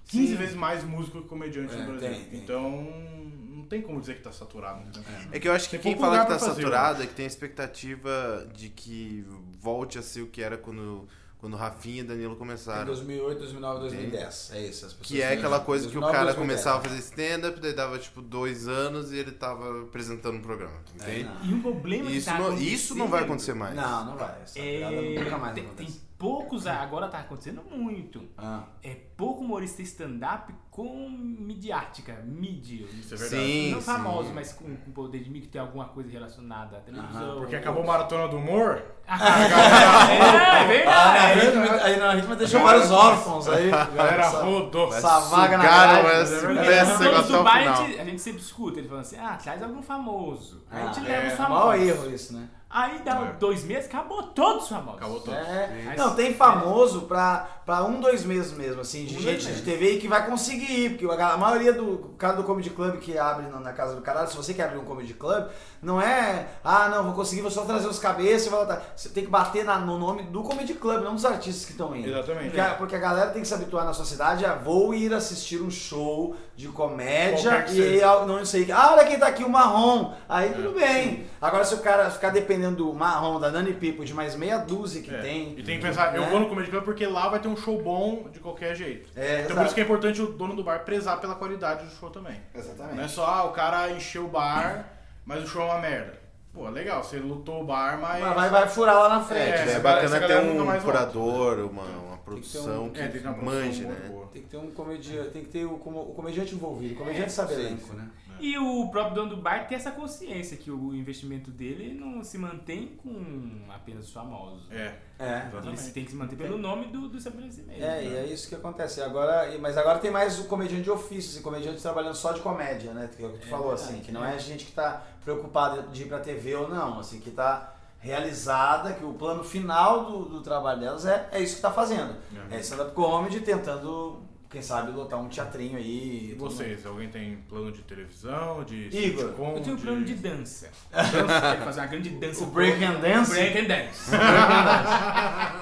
Speaker 4: 15
Speaker 1: Sim.
Speaker 4: vezes mais músico que comediante
Speaker 1: É,
Speaker 4: no Brasil.
Speaker 1: tem, tem.
Speaker 4: Então, não tem como dizer que tá saturado. entendeu?
Speaker 3: É que eu acho que
Speaker 4: Tem
Speaker 3: quem
Speaker 4: pouco
Speaker 3: fala
Speaker 4: lugar
Speaker 3: que tá
Speaker 4: pra fazer, né? eu
Speaker 3: saturado é que tem a expectativa de que volte a ser o que era quando, quando Rafinha e Danilo
Speaker 1: Em
Speaker 3: começaram.
Speaker 1: 2008, 2009, 2010. É isso. As pessoas
Speaker 3: Que é aquela coisa que o
Speaker 1: 2009,
Speaker 3: cara
Speaker 1: 2010.
Speaker 3: começava a fazer stand-up, daí dava tipo dois anos e ele tava apresentando um programa. Entende?
Speaker 1: É, não.
Speaker 2: E um problema que
Speaker 3: isso,
Speaker 2: tá
Speaker 3: não, isso não vai
Speaker 2: acontecendo-
Speaker 3: acontecer mais.
Speaker 1: Não, não vai. Essa pegada
Speaker 2: É,
Speaker 1: nunca mais
Speaker 2: tem,
Speaker 1: acontece.
Speaker 2: tem poucos, agora tá acontecendo muito.
Speaker 1: Ah.
Speaker 2: É pouco humorista stand-up com midiática, mídia.
Speaker 4: Isso é verdade.
Speaker 3: Sim,
Speaker 2: não
Speaker 3: sim.
Speaker 2: famoso, mas com, com poder de mídia que tem alguma coisa relacionada à televisão. Ah,
Speaker 4: Porque acabou a maratona do humor.
Speaker 2: é, é
Speaker 1: Ah,
Speaker 2: verdade.
Speaker 1: na Ritmo- aí na ritmo deixou vários órfãos aí.
Speaker 4: A galera
Speaker 1: Essa-
Speaker 4: rodou.
Speaker 3: Vai
Speaker 1: Essa vaga na
Speaker 3: sugaram
Speaker 1: garagem,
Speaker 3: essa-
Speaker 1: né?
Speaker 2: Porque
Speaker 3: essa-
Speaker 2: no
Speaker 3: chegou
Speaker 2: Donos do
Speaker 3: até tá é o
Speaker 2: Bar, a
Speaker 3: final.
Speaker 2: gente, Então, a gente sempre escuta ele falando assim: ah, traz algum famoso. Aí a gente
Speaker 1: Ah,
Speaker 2: leva os
Speaker 1: É, maior
Speaker 2: famosos.
Speaker 1: erro isso, né?
Speaker 2: Aí dá
Speaker 4: É.
Speaker 2: dois meses, acabou todos os famosos.
Speaker 4: Acabou todo.
Speaker 1: É.
Speaker 2: Sim.
Speaker 1: Não, tem famoso pra, pra um, dois meses mesmo, assim, de
Speaker 2: Um, dois
Speaker 1: gente de
Speaker 2: meses.
Speaker 1: TV e que vai conseguir ir, porque a, a maioria do cara do comedy club que abre na, na casa do caralho, se você quer abrir um comedy club, não é, ah, não, vou conseguir, vou só trazer os cabeças e vou voltar. Você tem que bater na- no nome do comedy club, não dos artistas que estão indo.
Speaker 4: Exatamente.
Speaker 1: Porque a, porque a galera tem que se habituar na sua cidade a vou ir assistir um show de comédia
Speaker 4: Qualquer que
Speaker 1: e aí
Speaker 4: seja. É.
Speaker 1: ah, não sei. Ah, olha quem tá aqui, o marrom. Aí tudo bem. Agora, se o cara ficar dependendo do marrom, da Nani People, de mais meia dúzia que
Speaker 4: É.
Speaker 1: tem.
Speaker 4: E tem que pensar, eu
Speaker 1: né?
Speaker 4: vou no Comedy Club porque lá vai ter um show bom de qualquer jeito.
Speaker 1: É,
Speaker 4: então
Speaker 1: exato.
Speaker 4: por isso que é importante o dono do bar prezar pela qualidade do show também.
Speaker 1: Exatamente.
Speaker 4: Não é só, ah, o cara encheu o bar, mas o show é uma merda. Pô, legal, você lutou o bar, mas...
Speaker 1: Mas vai, vai furar lá na
Speaker 3: É,
Speaker 1: frente. né?
Speaker 4: É,
Speaker 3: tipo, é
Speaker 4: essa
Speaker 3: bacana
Speaker 4: galera
Speaker 3: ter
Speaker 4: nunca
Speaker 3: um
Speaker 4: mais volta.
Speaker 3: curador, uma,
Speaker 1: um
Speaker 3: uma produção que,
Speaker 4: É, tem que ter uma produção
Speaker 3: manje,
Speaker 4: muito
Speaker 3: né?
Speaker 4: boa.
Speaker 1: Tem que ter um comediante, tem que ter o, como- o comediante envolvido, o comediante sabe elenco, né?
Speaker 2: E o próprio dono do bar tem essa consciência que o investimento dele não se mantém com apenas os famosos.
Speaker 4: É,
Speaker 1: É.
Speaker 2: Ele
Speaker 4: exatamente.
Speaker 2: se tem que se manter pelo nome do, do estabelecimento.
Speaker 1: É, e é isso que acontece. E Agora, e- mas agora tem mais o comediante de ofício, assim, comediante trabalhando só de comédia, né? Que é o que tu falou,
Speaker 2: verdade,
Speaker 1: assim, que não é gente que tá preocupada de ir pra TV ou não, assim, que tá realizada, que o plano final do, do trabalho delas é, é isso que tá fazendo. É stand-up comedy tentando, quem sabe, lotar um teatrinho aí.
Speaker 4: E
Speaker 1: tudo mais.
Speaker 4: vocês, alguém tem plano de televisão, de
Speaker 1: Igor,
Speaker 4: sitcom,
Speaker 2: Eu tenho um plano de dança. dança quero fazer uma grande dança.
Speaker 1: O break and dance?
Speaker 2: Break and dance.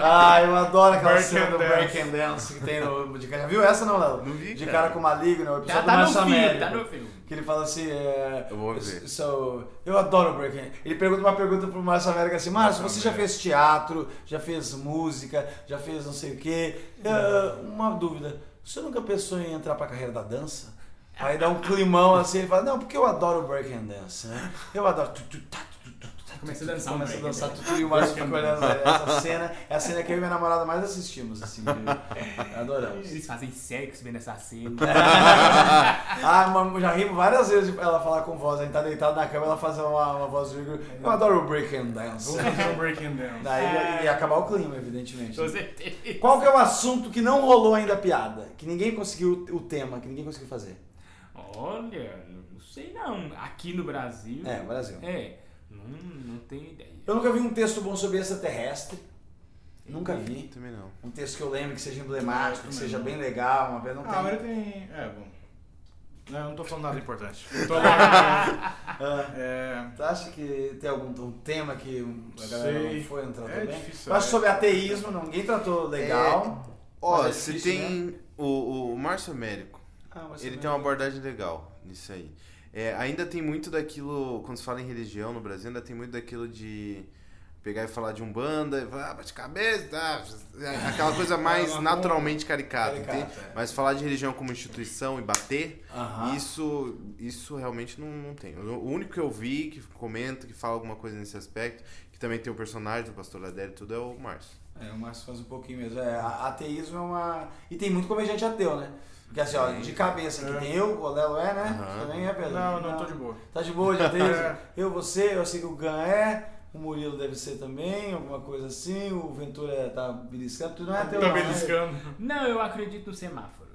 Speaker 1: Ah, eu adoro aquela
Speaker 4: Break
Speaker 1: cena
Speaker 4: and
Speaker 1: do
Speaker 4: dance.
Speaker 1: Break and Dance que tem no... De, já viu essa, não, Léo?
Speaker 3: Não vi,
Speaker 1: De
Speaker 3: cara.
Speaker 1: cara com maligno, o episódio
Speaker 2: Tá, tá
Speaker 1: do
Speaker 2: no
Speaker 1: Márcio
Speaker 2: filme,
Speaker 1: Américo.
Speaker 2: tá no filme.
Speaker 1: Que ele fala assim, é...
Speaker 3: Eu vou ver.
Speaker 1: So, eu adoro o breaking. Ele pergunta uma pergunta pro Márcio América assim, Márcio, você já fez teatro, já fez música, já fez não sei o quê. É, uma dúvida, você nunca pensou em entrar pra carreira da dança? Aí dá um climão assim, ele fala, não, porque eu adoro breaking dance, né? Eu adoro... tu, tu, tá, tu, tu, tu, tá, tu,
Speaker 2: Começa a
Speaker 1: tu,
Speaker 2: dançar um
Speaker 1: Começa a
Speaker 2: break
Speaker 1: dançar tudo e o Márcio fica olhando essa cena. É a cena que eu e minha namorada mais assistimos, assim. que Adoramos.
Speaker 2: Eles fazem sexo vendo essa cena.
Speaker 1: Ah, mano, já rimo várias vezes de ela falar com voz. A gente tá deitado na cama, ela faz uma, uma voz de Igor. Eu adoro o break and dance.
Speaker 4: Vamos fazer um breaking down.
Speaker 1: Daí ia- ia acabar o clima, evidentemente. né?
Speaker 2: Com certeza.
Speaker 1: Qual que é o assunto que não rolou ainda a piada? Que ninguém conseguiu o tema, que ninguém conseguiu fazer.
Speaker 2: Olha, não sei não. Aqui no Brasil.
Speaker 1: É, Brasil.
Speaker 2: É. Não, não tenho ideia.
Speaker 1: Eu nunca vi um texto bom sobre extraterrestre. Nunca vi.
Speaker 3: Também não.
Speaker 1: Um texto que eu lembro que seja emblemático, que seja bem legal, uma vez não
Speaker 4: Ah, agora
Speaker 1: Ah, tem.
Speaker 4: tem... É, bom. Não, eu não tô falando nada importante. É,
Speaker 1: Tu acha que tem algum um tema que a galera
Speaker 4: Sei.
Speaker 1: não foi entrando
Speaker 4: É
Speaker 1: bem?
Speaker 4: difícil,
Speaker 1: Eu acho
Speaker 4: é.
Speaker 1: sobre ateísmo, ninguém tratou legal.
Speaker 3: Ó,
Speaker 1: Mas é
Speaker 3: se
Speaker 1: difícil,
Speaker 3: tem o, o Márcio Américo.
Speaker 1: Ah, mas
Speaker 3: Ele
Speaker 1: também-
Speaker 3: tem uma abordagem legal nisso aí. É, ainda tem muito daquilo, quando se fala em religião no Brasil, ainda tem muito daquilo de pegar e falar de umbanda, e falar, ah, bate cabeça, tá? aquela coisa
Speaker 2: É,
Speaker 3: mais naturalmente caricata,
Speaker 5: Caricata,
Speaker 3: entende?
Speaker 5: é.
Speaker 3: Mas falar de religião como instituição e bater,
Speaker 2: Ah.
Speaker 1: Aham.
Speaker 3: isso, isso realmente não, não tem. O único que eu vi que comenta, que fala alguma coisa nesse aspecto, que também tem o personagem do Pastor Adélio e tudo, é o Márcio.
Speaker 1: É, o Márcio faz um pouquinho mesmo. É, a- ateísmo é uma. E tem muito comediante ateu, né? Porque assim, ó, de cabeça aqui
Speaker 4: É.
Speaker 1: tem eu, o Lelo é, né?
Speaker 3: Aham.
Speaker 1: Também é, Pedro?
Speaker 4: não, não, tô de boa.
Speaker 1: Tá de boa de ateísmo?
Speaker 4: É.
Speaker 1: Eu, você, eu sei que o Gan é, o Murilo deve ser também, alguma coisa assim, o Ventura tá beliscando, tu não é ateu,
Speaker 4: Tá
Speaker 1: não, né?
Speaker 4: beliscando.
Speaker 2: Não, eu acredito no semáforo.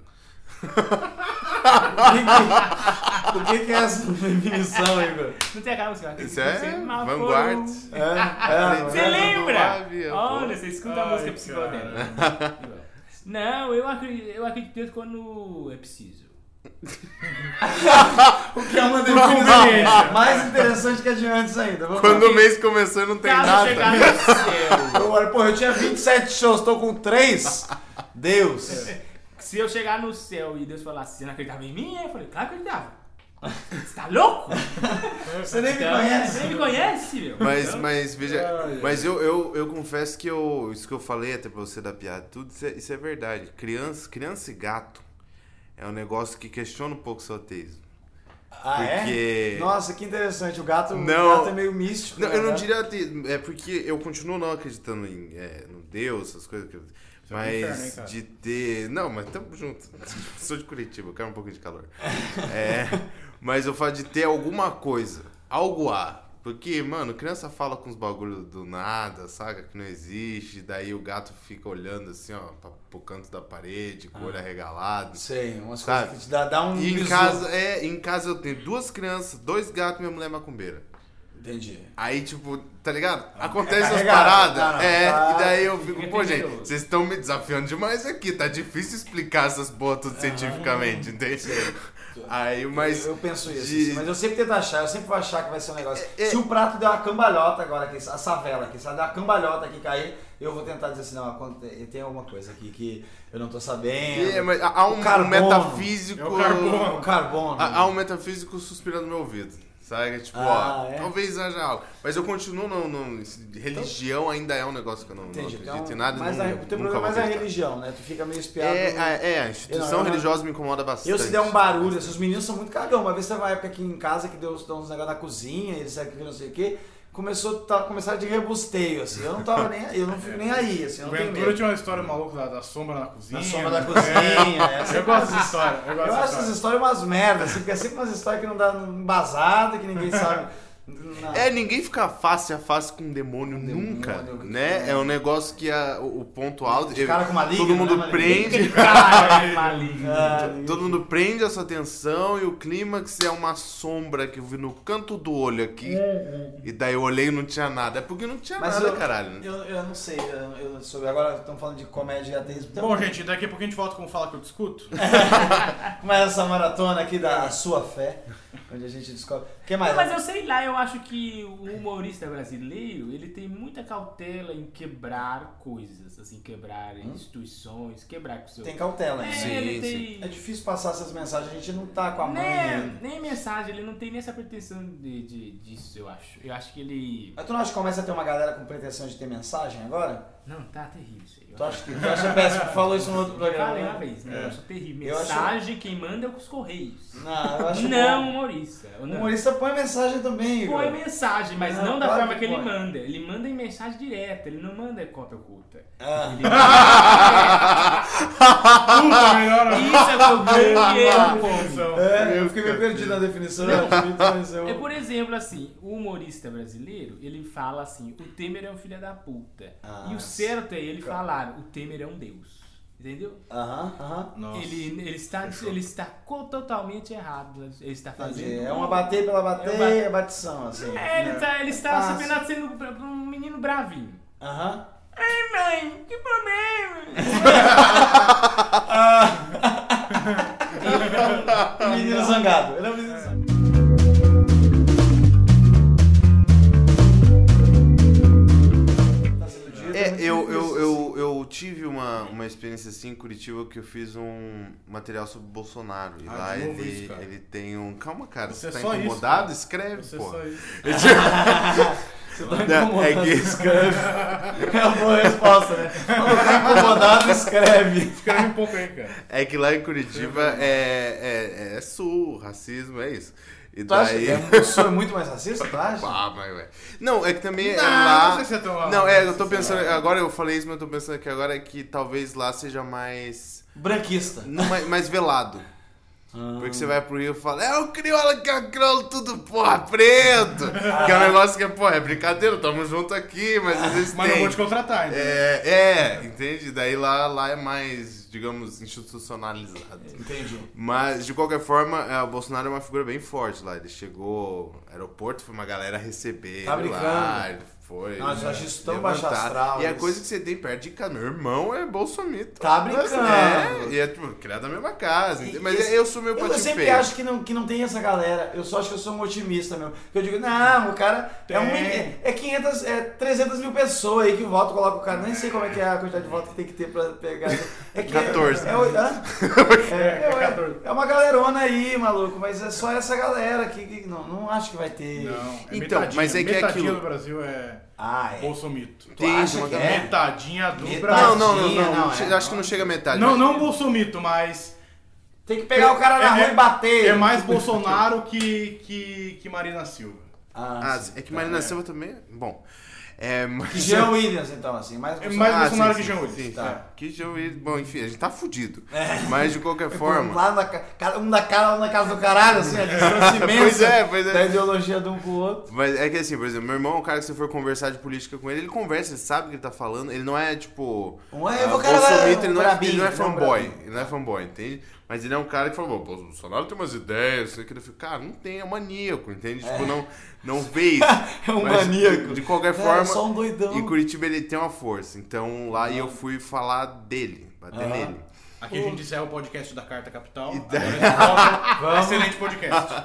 Speaker 1: O que, que é essa definição, Igor?
Speaker 2: Não tem aquela música? eu acredito
Speaker 3: Isso
Speaker 2: no
Speaker 3: é
Speaker 2: semáforo.
Speaker 3: vanguarda.
Speaker 1: É, é, não
Speaker 2: Ah, Você
Speaker 1: é?
Speaker 2: lembra?
Speaker 3: Suave,
Speaker 2: Olha, você escuta a
Speaker 4: Ai,
Speaker 2: música psicodélica.
Speaker 4: cara.
Speaker 2: Não, eu acredito, eu acredito em Deus quando é preciso.
Speaker 1: O que é uma
Speaker 4: não.
Speaker 1: definição mais interessante que a de antes ainda. Vamos
Speaker 3: Quando
Speaker 1: lá.
Speaker 3: o mês começou e não tem
Speaker 2: Caso
Speaker 3: nada.
Speaker 2: chegar no céu.
Speaker 1: Eu olho, porra, eu tinha 27 shows, tô com 3. Deus.
Speaker 2: Se eu chegar no céu e Deus falar assim, você não acreditava em mim? Eu falei, claro que eu acreditava. Você tá louco?
Speaker 1: Você nem me
Speaker 2: Então,
Speaker 1: conhece.
Speaker 2: Você me conhece, meu?
Speaker 3: Mas,
Speaker 2: Então,
Speaker 3: mas veja,
Speaker 4: Ai, ai.
Speaker 3: mas eu, eu, eu confesso que eu, isso que eu falei até pra você da piada, tudo isso é, isso é verdade. Criança, criança e gato é um negócio que questiona um pouco o seu ateísmo.
Speaker 1: Ah,
Speaker 3: Porque-
Speaker 1: é? Nossa, que interessante. O gato, o
Speaker 3: Não.
Speaker 1: gato é meio místico.
Speaker 3: Não,
Speaker 1: né,
Speaker 3: eu não
Speaker 1: né?
Speaker 3: diria ateísmo, é porque eu continuo não acreditando em é, no Deus, essas coisas. Que eu,
Speaker 4: é um
Speaker 3: mas
Speaker 4: inferno, hein, cara?
Speaker 3: de ter. Não, mas tamo junto. Sou de Curitiba, eu quero um pouquinho de calor. É, mas eu falo de ter alguma coisa, algo a. Porque, mano, criança fala com os bagulho do nada, saca? Que não existe. Daí o gato fica olhando assim, ó, pra, pro canto da parede, com o
Speaker 4: Ah.
Speaker 3: olho arregalado.
Speaker 1: Sei, umas
Speaker 3: Sabe?
Speaker 1: coisas que te dá, dá um.
Speaker 3: E em
Speaker 1: bisu.
Speaker 3: casa, é, em casa eu tenho duas crianças, dois gatos e minha mulher macumbeira.
Speaker 1: Entendi.
Speaker 3: Aí, tipo, tá ligado? Acontece as
Speaker 1: Ah, carregado,
Speaker 3: paradas.
Speaker 1: tá, não,
Speaker 3: é,
Speaker 1: tá.
Speaker 3: e daí eu fico,
Speaker 2: Fica
Speaker 3: pô, gente,
Speaker 2: perigoso.
Speaker 3: vocês estão me desafiando demais aqui. Tá difícil explicar essas boas tudo cientificamente, entende? Aí, mas.
Speaker 1: Ah. eu, eu penso isso,
Speaker 3: de-
Speaker 1: assim, mas eu sempre tento achar, eu sempre vou achar que vai ser um negócio.
Speaker 3: É, é.
Speaker 1: Se o prato der uma cambalhota agora, aqui, a savela aqui, se ela der uma cambalhota aqui cair, eu vou tentar dizer assim, não, aconte- tem alguma coisa aqui que eu não tô sabendo.
Speaker 3: é, mas há um,
Speaker 1: O carbono.
Speaker 3: metafísico.
Speaker 4: É o carbono.
Speaker 1: O carbono.
Speaker 3: há, há um metafísico suspirando no meu ouvido. Sabe? Tipo,
Speaker 1: Ah,
Speaker 3: ó,
Speaker 1: é?
Speaker 3: talvez haja algo. Mas eu continuo não. não- religião ainda é um negócio que eu não, não
Speaker 1: Entendi.
Speaker 3: acredito
Speaker 1: Então,
Speaker 3: em nada.
Speaker 1: mas
Speaker 3: não,
Speaker 1: a, o
Speaker 3: nunca
Speaker 1: teu problema é
Speaker 3: vou
Speaker 1: mais a
Speaker 3: acreditar.
Speaker 1: religião, né? Tu fica meio espiado.
Speaker 3: É,
Speaker 1: no-
Speaker 3: a, é, a instituição
Speaker 1: Eu não- eu não-
Speaker 3: religiosa me incomoda bastante.
Speaker 1: Eu se der um barulho, esses meninos são muito cagão. Uma vez teve uma época aqui em casa que Deus deu uns negócios na cozinha, eles aqui não sei o quê. Começou, tá, começaram de rebusteio, assim. Eu não tava nem aí, eu não
Speaker 3: É.
Speaker 1: fico nem aí, assim, eu
Speaker 4: O
Speaker 1: não tenho
Speaker 4: Ventura
Speaker 1: medo.
Speaker 4: tinha uma história maluca da, da sombra na cozinha.
Speaker 1: Na sombra da
Speaker 4: É.
Speaker 1: cozinha, essa
Speaker 4: Eu gosto dessa história. Eu gosto
Speaker 1: Eu né? acho
Speaker 4: dessa
Speaker 1: essas
Speaker 4: história.
Speaker 1: histórias umas merdas, assim, porque é sempre umas histórias que não dá embasada, que ninguém sabe. Na-
Speaker 3: É, ninguém fica face a face com um demônio
Speaker 1: demônio,
Speaker 3: nunca,
Speaker 1: que-
Speaker 3: né? É. um negócio que a- o, o ponto alto...
Speaker 1: Os cara com maligno,
Speaker 3: Todo
Speaker 1: né,
Speaker 3: mundo
Speaker 1: maligno?
Speaker 3: prende...
Speaker 2: Cara, maligno.
Speaker 1: Ah,
Speaker 3: Todo mundo prende a sua atenção e o clímax é uma sombra que eu vi no canto do olho aqui.
Speaker 2: É.
Speaker 1: é.
Speaker 3: E daí eu olhei e não tinha nada. É porque não tinha
Speaker 1: Mas
Speaker 3: nada,
Speaker 1: eu-
Speaker 3: caralho.
Speaker 1: Eu, eu não sei, eu, eu soube. Agora estamos falando de comédia e ateísmo. Então,
Speaker 4: Bom, gente, daqui a pouco a gente volta com o Fala Que Eu Discuto.
Speaker 1: Mas essa maratona aqui da sua fé, onde a gente descobre. O que mais?
Speaker 2: Não, mas eu sei lá, eu acho que o humorista brasileiro, ele tem muita cautela em quebrar coisas, assim, quebrar instituições, quebrar com o seu...
Speaker 1: Hum? Tem cautela,
Speaker 2: É,
Speaker 1: né?
Speaker 3: Sim,
Speaker 2: ele
Speaker 3: sim.
Speaker 2: tem...
Speaker 1: É difícil passar essas mensagens, a gente não tá com a mãe
Speaker 2: nem, é,
Speaker 1: ainda.
Speaker 2: nem mensagem, ele não tem nem essa pretensão de, de- disso, eu acho. Eu acho que ele...
Speaker 1: Mas tu não acha que começa a ter uma galera com pretensão de ter mensagem agora?
Speaker 2: Não, tá terrível isso aí.
Speaker 1: Tu acha que tu acha péssimo? Tu falou isso no outro
Speaker 2: Eu falei
Speaker 1: programa.
Speaker 2: uma
Speaker 1: né?
Speaker 2: vez, né? Eu acho terrível.
Speaker 1: Eu acho-
Speaker 2: Mensagem, quem manda é os correios.
Speaker 1: Não, eu acho
Speaker 2: Não,
Speaker 1: bom.
Speaker 2: humorista.
Speaker 1: O
Speaker 2: Não.
Speaker 1: humorista põe mensagem também, Igor.
Speaker 2: Põe mensagem, mas
Speaker 1: Não,
Speaker 2: não, da
Speaker 1: claro
Speaker 2: forma
Speaker 1: que
Speaker 2: que ele
Speaker 1: põe.
Speaker 2: manda. Ele manda em mensagem direta, ele não manda em cópia oculta.
Speaker 1: Ah.
Speaker 2: Ele manda...
Speaker 4: Puta, melhor ainda.
Speaker 2: Isso é o grande erro, povo.
Speaker 4: Então,
Speaker 1: É, eu fiquei meio perdido na definição, eu acho muito, mas eu-
Speaker 2: É por exemplo, assim, o humorista brasileiro, ele fala assim, o Temer é um filho da puta.
Speaker 1: Ah,
Speaker 2: e o
Speaker 1: sim.
Speaker 2: certo é ele falar, o Temer é um deus. Entendeu?
Speaker 1: Aham, aham.
Speaker 4: Nossa.
Speaker 2: Ele, ele, está, ele está co- totalmente errado. né? Ele está
Speaker 3: Tá
Speaker 2: fazendo.
Speaker 1: é Entendi. É uma bater pela
Speaker 2: É uma-
Speaker 1: bater, é batição, assim.
Speaker 2: É, ele, tá, ele está
Speaker 1: Fácil.
Speaker 2: apenas sendo bra- um menino bravinho.
Speaker 1: Aham.
Speaker 2: Ai, mãe, que problema!
Speaker 1: Um menino zangado. Ele é um menino zangado. Tá sendo dito,
Speaker 3: É,
Speaker 1: muito
Speaker 3: eu, eu,
Speaker 1: difícil.
Speaker 3: eu, eu tive uma, uma experiência assim em Curitiba que eu fiz um material sobre o Bolsonaro. E
Speaker 4: Ah,
Speaker 3: lá
Speaker 4: de novo
Speaker 3: ele,
Speaker 4: isso, cara.
Speaker 3: ele tem um. Calma, cara,
Speaker 4: Você
Speaker 3: você, tá
Speaker 4: é só isso,
Speaker 3: incomodado?
Speaker 4: cara.
Speaker 3: Escreve,
Speaker 4: Você é
Speaker 3: pô.
Speaker 4: só isso.
Speaker 1: Você tá
Speaker 3: Não,
Speaker 1: incomodado,
Speaker 3: é que-
Speaker 1: escreve. É uma boa resposta, né? Quando tá incomodado, escreve.
Speaker 4: Escreve um pouco aí, cara.
Speaker 3: É que lá em Curitiba é, é, é sul, racismo, é isso. E
Speaker 1: Tu acha
Speaker 3: daí.
Speaker 1: que é- o senhor é muito mais racista, tu acha?
Speaker 3: Pá, mas, ué. Não, é que também é
Speaker 4: Não,
Speaker 3: lá.
Speaker 4: não sei se é tão lá.
Speaker 3: Não, é, eu tô pensando. Agora eu falei isso, mas eu tô pensando que agora é que talvez lá seja mais.
Speaker 1: Branquista.
Speaker 3: não, mais, mais velado. Porque você vai pro Rio e fala, é o crioula que é o crioulo tudo, porra, preto. Que é um negócio que é, porra, é brincadeira, tamo junto aqui, mas às vezes
Speaker 4: Mas não
Speaker 3: tem.
Speaker 4: vou te contratar, então.
Speaker 3: É, é, entende? Daí lá, lá é mais, digamos, institucionalizado.
Speaker 1: Entendi.
Speaker 3: Mas, de qualquer forma, é, o Bolsonaro é uma figura bem forte lá. Ele chegou no aeroporto, foi uma galera receber
Speaker 1: Tá
Speaker 3: ele lá.
Speaker 1: brincando.
Speaker 3: Ele foi.
Speaker 1: Nossa, eu acho isso tão
Speaker 3: levantar.
Speaker 1: baixo astral,
Speaker 3: E a
Speaker 1: isso.
Speaker 3: coisa que você tem perto de casa, meu irmão é bolsomito.
Speaker 1: Tá
Speaker 3: Mas,
Speaker 1: brincando.
Speaker 3: É, e é tipo, criado na mesma casa.
Speaker 1: E-
Speaker 3: entende? mas
Speaker 1: esse-
Speaker 3: eu sou meu
Speaker 1: Eu,
Speaker 3: patinho
Speaker 1: sempre
Speaker 3: feio.
Speaker 1: acho que não, que não tem essa galera. Eu só acho que eu sou um otimista mesmo. Porque eu digo, não, o cara é, um,
Speaker 4: Tem.
Speaker 1: é 500, é 300 mil pessoas aí que votam, coloca o cara. Nem sei como é que é a quantidade de votos que tem que ter pra pegar. É que-
Speaker 3: 14.
Speaker 1: É, oito- hã? é, é, é,
Speaker 4: 14.
Speaker 1: é uma galerona aí, maluco. Mas é só essa galera que, que não, não acho que vai ter.
Speaker 4: Não, é
Speaker 3: Então,
Speaker 4: metadinha.
Speaker 3: mas é que é
Speaker 4: metadinha
Speaker 3: aquilo.
Speaker 4: do Brasil é
Speaker 1: Ah, é.
Speaker 4: bolsomito.
Speaker 1: Tu
Speaker 3: Tem
Speaker 1: acha
Speaker 3: uma
Speaker 1: que é?
Speaker 4: Metadinha do
Speaker 1: Metadinha,
Speaker 3: Não,
Speaker 4: Brasil.
Speaker 3: não, não,
Speaker 1: é
Speaker 3: não.
Speaker 1: Tadinha, não,
Speaker 3: che-
Speaker 1: é,
Speaker 3: acho que não chega a metade.
Speaker 4: Não,
Speaker 3: mas-
Speaker 4: não bolsomito, mas
Speaker 1: Tem que pegar o cara na
Speaker 4: É-
Speaker 1: rua
Speaker 4: é-
Speaker 1: e bater.
Speaker 4: é mais Bolsonaro que, que, que Marina Silva.
Speaker 1: Ah,
Speaker 3: Ah,
Speaker 1: sim.
Speaker 3: é que Marina Silva também. Bom. É, mas...
Speaker 1: que Jean Williams, então, assim. Mais
Speaker 4: É mais
Speaker 3: Ah,
Speaker 4: Bolsonaro
Speaker 3: sim,
Speaker 4: que
Speaker 3: sim,
Speaker 4: Jean
Speaker 3: sim,
Speaker 4: Willis.
Speaker 3: sim.
Speaker 4: Tá.
Speaker 3: Que Jean Willis. Bom, enfim, a gente tá fudido.
Speaker 1: É.
Speaker 3: Mas de qualquer forma.
Speaker 1: Um, lá na, ca- cada- um da cara, um na casa do caralho, assim, a distância imensa
Speaker 3: Pois é, pois é.
Speaker 1: da ideologia de um com o outro.
Speaker 3: Mas é que assim, por exemplo, meu irmão, o cara que você for conversar de política com ele, ele conversa, ele sabe o que ele tá falando, ele não é tipo.
Speaker 1: Um é,
Speaker 3: ah,
Speaker 1: o cara
Speaker 3: bolsominion,
Speaker 1: vai-
Speaker 3: ele, não é,
Speaker 1: brabinho,
Speaker 3: ele não é
Speaker 1: ele é um
Speaker 3: fanboy,
Speaker 1: brabinho.
Speaker 3: ele não é fanboy, entende? Mas ele é um cara que fala, pô, Bolsonaro tem umas ideias, sei que ele fica, cara, não tem, é um maníaco, entende? Tipo, não, não vê isso.
Speaker 1: É um
Speaker 3: Mas,
Speaker 1: maníaco.
Speaker 3: De qualquer
Speaker 1: Não, é
Speaker 3: forma,
Speaker 1: só um doidão.
Speaker 3: em Curitiba ele tem uma força, então lá e eu fui falar dele, bater
Speaker 1: Aham.
Speaker 3: nele.
Speaker 4: Aqui a gente encerra o podcast da Carta Capital.
Speaker 3: E
Speaker 4: Agora
Speaker 3: da-
Speaker 4: a gente volta. Excelente podcast.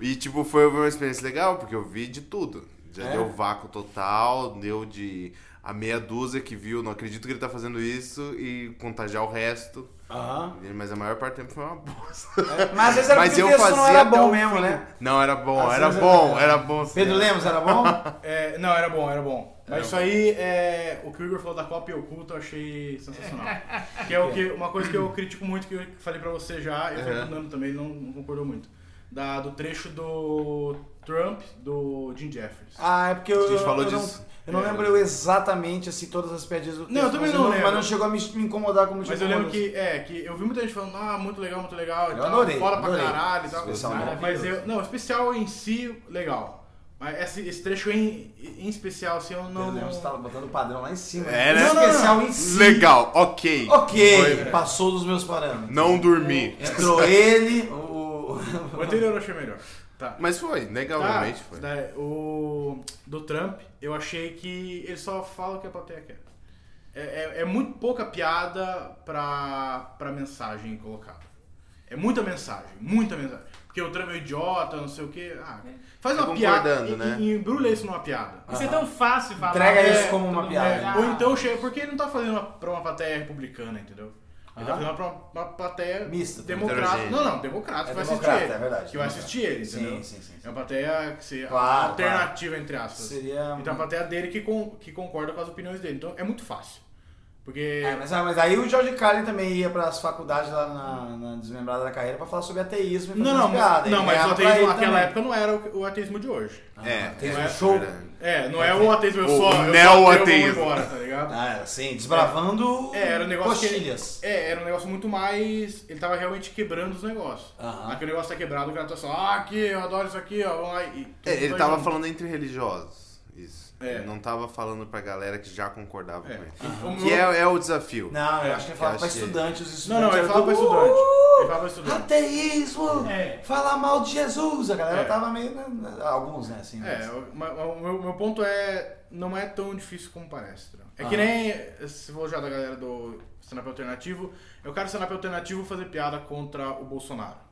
Speaker 3: E, tipo, foi uma experiência legal, porque eu vi de tudo. Já
Speaker 1: É?
Speaker 3: deu vácuo total, deu de a meia dúzia que viu, não acredito que ele tá fazendo isso, e contagiar o resto.
Speaker 1: Aham.
Speaker 3: Mas a maior parte do tempo foi uma bosta.
Speaker 1: Mas às vezes era porque o texto não era
Speaker 3: até
Speaker 1: bom
Speaker 3: o
Speaker 1: mesmo,
Speaker 3: fim.
Speaker 1: né?
Speaker 3: Não, era bom,
Speaker 1: Às
Speaker 3: era
Speaker 1: vezes
Speaker 3: bom,
Speaker 1: era-
Speaker 3: era bom. sim.
Speaker 1: Pedro Lemos era bom?
Speaker 4: É, não, era bom, era bom. Mas isso aí, é, o que o Igor falou da cópia oculta, eu achei sensacional. Que é o que, uma coisa que eu critico muito, que eu falei pra você já, eu falei pro Nando também, ele não, não concordou muito. Da, do trecho do Trump, do Jim Jeffries.
Speaker 1: Ah, é porque eu,
Speaker 3: A gente falou
Speaker 1: eu
Speaker 3: disso.
Speaker 1: não... Eu não
Speaker 4: É.
Speaker 1: lembro exatamente assim, todas as piadinhas do texto.
Speaker 4: Não, eu também
Speaker 1: mas
Speaker 4: não
Speaker 1: Mas
Speaker 4: lembro.
Speaker 1: não chegou a me, me incomodar como assim. te
Speaker 4: Mas eu lembro
Speaker 1: incomodou.
Speaker 4: que, é, que eu vi muita gente falando, ah, muito legal, muito legal, e
Speaker 1: Eu
Speaker 4: tal,
Speaker 1: adorei,
Speaker 4: fora
Speaker 1: adorei.
Speaker 4: pra caralho e tal.
Speaker 1: Especial maravilhoso.
Speaker 4: Mas eu, não, o especial em si, legal. Mas esse, esse trecho em, em especial, assim, eu não...
Speaker 1: Pedro Lemos tava botando o padrão lá em cima.
Speaker 3: É,
Speaker 1: né?
Speaker 3: né?
Speaker 1: O especial em si.
Speaker 3: Legal, ok.
Speaker 1: Ok, É.
Speaker 3: Foi- né?
Speaker 1: passou dos meus parâmetros.
Speaker 3: Não dormi.
Speaker 1: Entrou ele, o...
Speaker 4: O anterior eu achei melhor. Tá.
Speaker 3: Mas foi, legal,
Speaker 4: Tá,
Speaker 1: Ah,
Speaker 3: realmente foi.
Speaker 4: daí, o do Trump, eu achei que ele só fala o que a plateia quer. É, é- é muito pouca piada pra, pra mensagem colocada. É muita mensagem, muita mensagem. Porque o Trump é um idiota, não sei o quê. Ah, faz
Speaker 3: Tá
Speaker 4: uma piada e,
Speaker 3: concordando, né?
Speaker 4: e embrulha isso numa piada.
Speaker 1: Ah,
Speaker 2: Isso é tão fácil falar.
Speaker 1: Entrega
Speaker 2: né?
Speaker 1: isso como uma
Speaker 2: Todo mundo
Speaker 1: piada.
Speaker 2: olhar.
Speaker 4: Ou então chega, porque ele não tá fazendo uma, pra uma plateia republicana, entendeu? Ele tá
Speaker 1: Aham.
Speaker 4: fazendo pra uma, uma plateia
Speaker 1: Mista,
Speaker 4: democrata.
Speaker 3: heterogênea.
Speaker 4: Não, não, democrata
Speaker 1: É
Speaker 4: que vai
Speaker 1: democrata,
Speaker 4: assistir ele.
Speaker 1: é verdade.
Speaker 4: Que vai assistir ele,
Speaker 1: Sim,
Speaker 4: entendeu?
Speaker 1: sim, sim, sim.
Speaker 4: É uma plateia que seria
Speaker 1: Claro,
Speaker 4: alternativa, entre aspas.
Speaker 1: Seria-
Speaker 4: Então a plateia dele que, con- que concorda com as opiniões dele. Então é muito fácil. Porque.
Speaker 1: É, mas, ah, mas aí o George Carlin também ia para as faculdades lá na, na desmembrada da carreira para falar sobre ateísmo e fazer
Speaker 4: Não, não,
Speaker 1: umas piadas.
Speaker 4: não,
Speaker 1: Ele
Speaker 4: mas o
Speaker 1: ganhava pra
Speaker 4: ateísmo
Speaker 1: ele
Speaker 4: naquela
Speaker 1: também. Ah.
Speaker 4: época não era o, o ateísmo de hoje.
Speaker 3: É,
Speaker 1: ateísmo
Speaker 4: não é-
Speaker 1: show.
Speaker 3: verdade.
Speaker 4: É, não é o ateísmo, eu
Speaker 3: O
Speaker 4: só. Eu
Speaker 3: neo-ateísmo.
Speaker 4: só ateu, eu vou embora, tá ligado?
Speaker 1: Ah, era assim, desbravando
Speaker 4: É, era um negócio
Speaker 1: coxilhas.
Speaker 4: que. ele- É, era um negócio muito mais. Ele tava realmente quebrando os negócios.
Speaker 1: Aham.
Speaker 4: Aquele negócio tá quebrado, o cara tá só, ah, aqui, eu adoro isso aqui, ó, vamos lá. E,
Speaker 3: É, ele
Speaker 4: vai
Speaker 3: tava
Speaker 4: junto.
Speaker 3: falando entre religiosos. Isso.
Speaker 4: É.
Speaker 3: Ele não tava falando pra galera que já concordava
Speaker 4: É.
Speaker 3: com ele.
Speaker 4: Aham.
Speaker 3: Que é, é o desafio.
Speaker 1: Não, eu acho que ele falava
Speaker 3: Eu
Speaker 1: para
Speaker 3: achei.
Speaker 1: estudantes. Os
Speaker 4: Não,
Speaker 1: estudantes
Speaker 4: não, ele
Speaker 1: eram
Speaker 4: fala pra
Speaker 1: tudo,
Speaker 4: estudante.
Speaker 1: "Uh,
Speaker 4: Ele fala pra estudante.
Speaker 1: Ateísmo!
Speaker 2: É.
Speaker 1: Falar mal de Jesus! A galera
Speaker 4: É.
Speaker 1: tava meio. né, Alguns, né? Assim,
Speaker 4: É,
Speaker 1: mas-
Speaker 4: o, ma- o meu, meu ponto é. não é tão difícil como parece. entendeu?
Speaker 2: Ah.
Speaker 4: É que nem, se for já da galera do stand-up alternativo, eu quero stand-up alternativo fazer piada contra o Bolsonaro.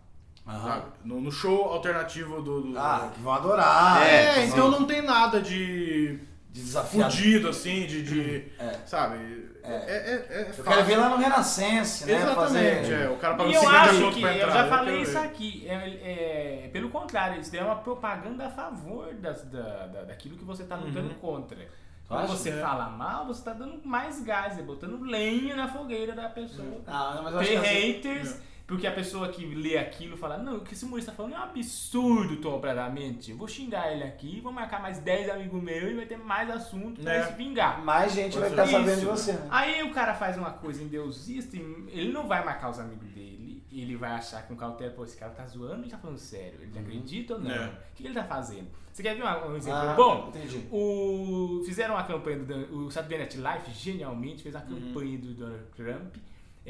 Speaker 2: Ah.
Speaker 4: sabe? No, no show alternativo do... do-
Speaker 1: Ah, que vão adorar. né,
Speaker 4: é,
Speaker 3: é,
Speaker 4: então não tem nada de
Speaker 1: De desafiar.
Speaker 4: fudido, assim, de... de-
Speaker 1: É.
Speaker 4: Sabe? É, é, é,
Speaker 1: Eu
Speaker 4: fácil.
Speaker 1: quero ver lá no Renascense, né?
Speaker 4: Exatamente,
Speaker 1: fazer...
Speaker 4: é. O cara
Speaker 2: E
Speaker 4: pagou
Speaker 2: eu
Speaker 4: 50
Speaker 2: acho
Speaker 4: conto
Speaker 2: que,
Speaker 4: pra
Speaker 2: eu
Speaker 4: entrar.
Speaker 2: já
Speaker 1: né?
Speaker 4: eu
Speaker 2: falei
Speaker 4: quero
Speaker 2: isso
Speaker 4: ver.
Speaker 2: aqui, é, é, pelo contrário, isso daí é uma propaganda a favor das, da, da- daquilo que você tá lutando contra. Quando
Speaker 1: Uhum. acha? né?
Speaker 2: você
Speaker 4: É.
Speaker 2: fala mal, você tá dando mais gás, é botando lenha na fogueira da pessoa.
Speaker 1: Ah, mas eu acho
Speaker 2: Tem
Speaker 1: que assim-
Speaker 2: haters, porque a pessoa que lê aquilo fala, não, o que esse humorista tá falando é um absurdo, dobradamente. Eu Vou xingar ele aqui, vou marcar mais 10 amigos meus e vai ter mais assunto
Speaker 1: Né?
Speaker 2: pra
Speaker 4: É.
Speaker 2: se vingar.
Speaker 1: mais gente vai
Speaker 4: Pode
Speaker 1: ficar
Speaker 4: ser.
Speaker 2: Ah, Isso. Ah,
Speaker 1: sabendo de você, né?
Speaker 2: Aí o cara faz uma coisa endeusista, e ele não vai marcar os amigos dele, ele vai achar com cautela, pô, esse cara tá zoando e tá falando sério, ele acredita ou não?
Speaker 4: É.
Speaker 2: O que ele tá fazendo? Você quer ver uma- um exemplo
Speaker 1: Ah,
Speaker 2: bom?
Speaker 1: Entendi.
Speaker 2: O, fizeram uma campanha do Dan- o Saturday Night Live genialmente fez uma campanha do Donald Trump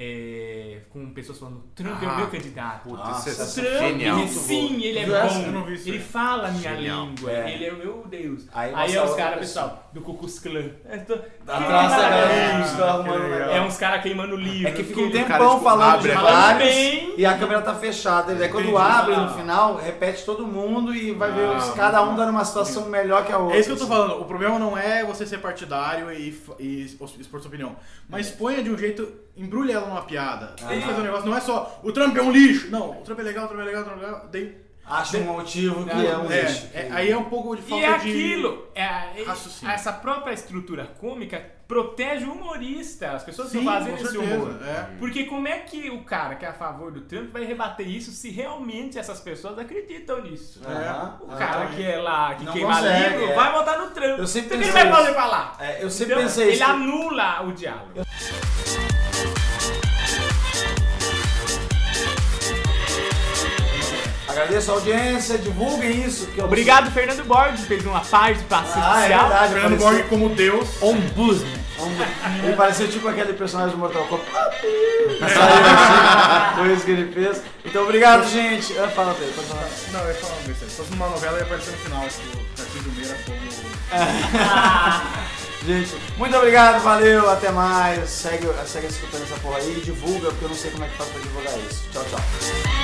Speaker 2: é, com pessoas falando Trump é o
Speaker 3: Ah,
Speaker 2: meu candidato.
Speaker 3: Puta,
Speaker 1: Nossa,
Speaker 3: isso é
Speaker 1: essa-
Speaker 2: Trump,
Speaker 3: genial.
Speaker 2: ele- sim, ele é
Speaker 4: Eu acho
Speaker 2: bom.
Speaker 4: que eu não vi isso
Speaker 2: ele
Speaker 4: aí.
Speaker 2: fala a minha
Speaker 3: Genial.
Speaker 2: língua.
Speaker 1: É.
Speaker 2: Ele é meu Deus.
Speaker 1: Aí
Speaker 2: Aí,
Speaker 1: mostra
Speaker 2: é os
Speaker 1: outra
Speaker 2: caras,
Speaker 1: pessoa.
Speaker 2: pessoal, do Ku Klux Klan. É, tô-
Speaker 1: Atrás da galera,
Speaker 4: Ah,
Speaker 1: os caras arrumando
Speaker 4: que
Speaker 1: um
Speaker 4: legal.
Speaker 2: é
Speaker 1: negócio.
Speaker 2: uns caras queimando livro.
Speaker 1: É que fica um
Speaker 2: porque-
Speaker 3: cara,
Speaker 1: tempão
Speaker 3: tipo,
Speaker 1: falando
Speaker 3: abre
Speaker 1: de
Speaker 3: a
Speaker 2: Falando
Speaker 1: vários
Speaker 2: bem.
Speaker 1: e a câmera tá fechada. Ele é quando
Speaker 4: Entendi.
Speaker 1: abre
Speaker 2: Ah.
Speaker 1: no final, repete todo mundo e vai ver
Speaker 4: Ah,
Speaker 1: os- cada um dando uma situação melhor que a outra. assim.
Speaker 4: É isso que eu tô falando. O problema não é você ser partidário e, f- e expor expor sua opinião. Mas ponha de um jeito, embrulha ela numa piada. Tem que fazer um negócio, não é só o Trump é um lixo. Não, o Trump é legal, o Trump é legal, o Trump é legal. Daí,
Speaker 1: Acha um motivo que
Speaker 2: Não,
Speaker 1: é um
Speaker 4: é,
Speaker 1: lixo.
Speaker 4: é- aí é um pouco de
Speaker 2: E
Speaker 4: falta de.
Speaker 2: aquilo, é, é-
Speaker 4: raciocínio.
Speaker 2: essa própria estrutura cômica protege o humorista. As pessoas
Speaker 4: Sim,
Speaker 2: estão fazendo
Speaker 4: com
Speaker 2: esse
Speaker 4: certeza,
Speaker 2: humor.
Speaker 4: é.
Speaker 2: Porque como é que o cara que é a favor do Trump vai rebater isso se realmente essas pessoas acreditam nisso?
Speaker 1: Aham,
Speaker 2: O
Speaker 1: aham.
Speaker 2: cara que é lá, que
Speaker 1: É, Não
Speaker 2: queima
Speaker 1: consegue,
Speaker 2: livro,
Speaker 1: é.
Speaker 2: vai votar no Trump.
Speaker 1: Eu sempre
Speaker 2: então o que ele
Speaker 1: pensei
Speaker 2: vai fazer
Speaker 1: isso.
Speaker 2: pra lá?
Speaker 1: É, eu sempre
Speaker 2: Então,
Speaker 1: pensei
Speaker 2: Ele
Speaker 1: isso.
Speaker 2: anula o diálogo.
Speaker 1: Agradeço a audiência, divulguem isso. Que eu-
Speaker 2: Obrigado, Fernando Borges, fez uma parte pra
Speaker 1: Ah, é
Speaker 2: social.
Speaker 1: verdade.
Speaker 4: Fernando
Speaker 1: parecia-
Speaker 4: Borg como Deus.
Speaker 2: Ombudsman.
Speaker 1: Um- Ele pareceu tipo aquele personagem do Mortal Kombat. Saiu assim, Foi isso que ele fez. Então, obrigado, gente. Ah, fala, Pedro. pode falar.
Speaker 4: Não, eu ia falar uma besteira. Se fosse numa novela, ia aparecer no final, tipo, o Tarcísio Meira como.
Speaker 1: Gente, muito obrigado, valeu, até mais. Segue, segue escutando essa porra aí, divulga, porque eu não sei como é que faz pra divulgar isso. Tchau, tchau.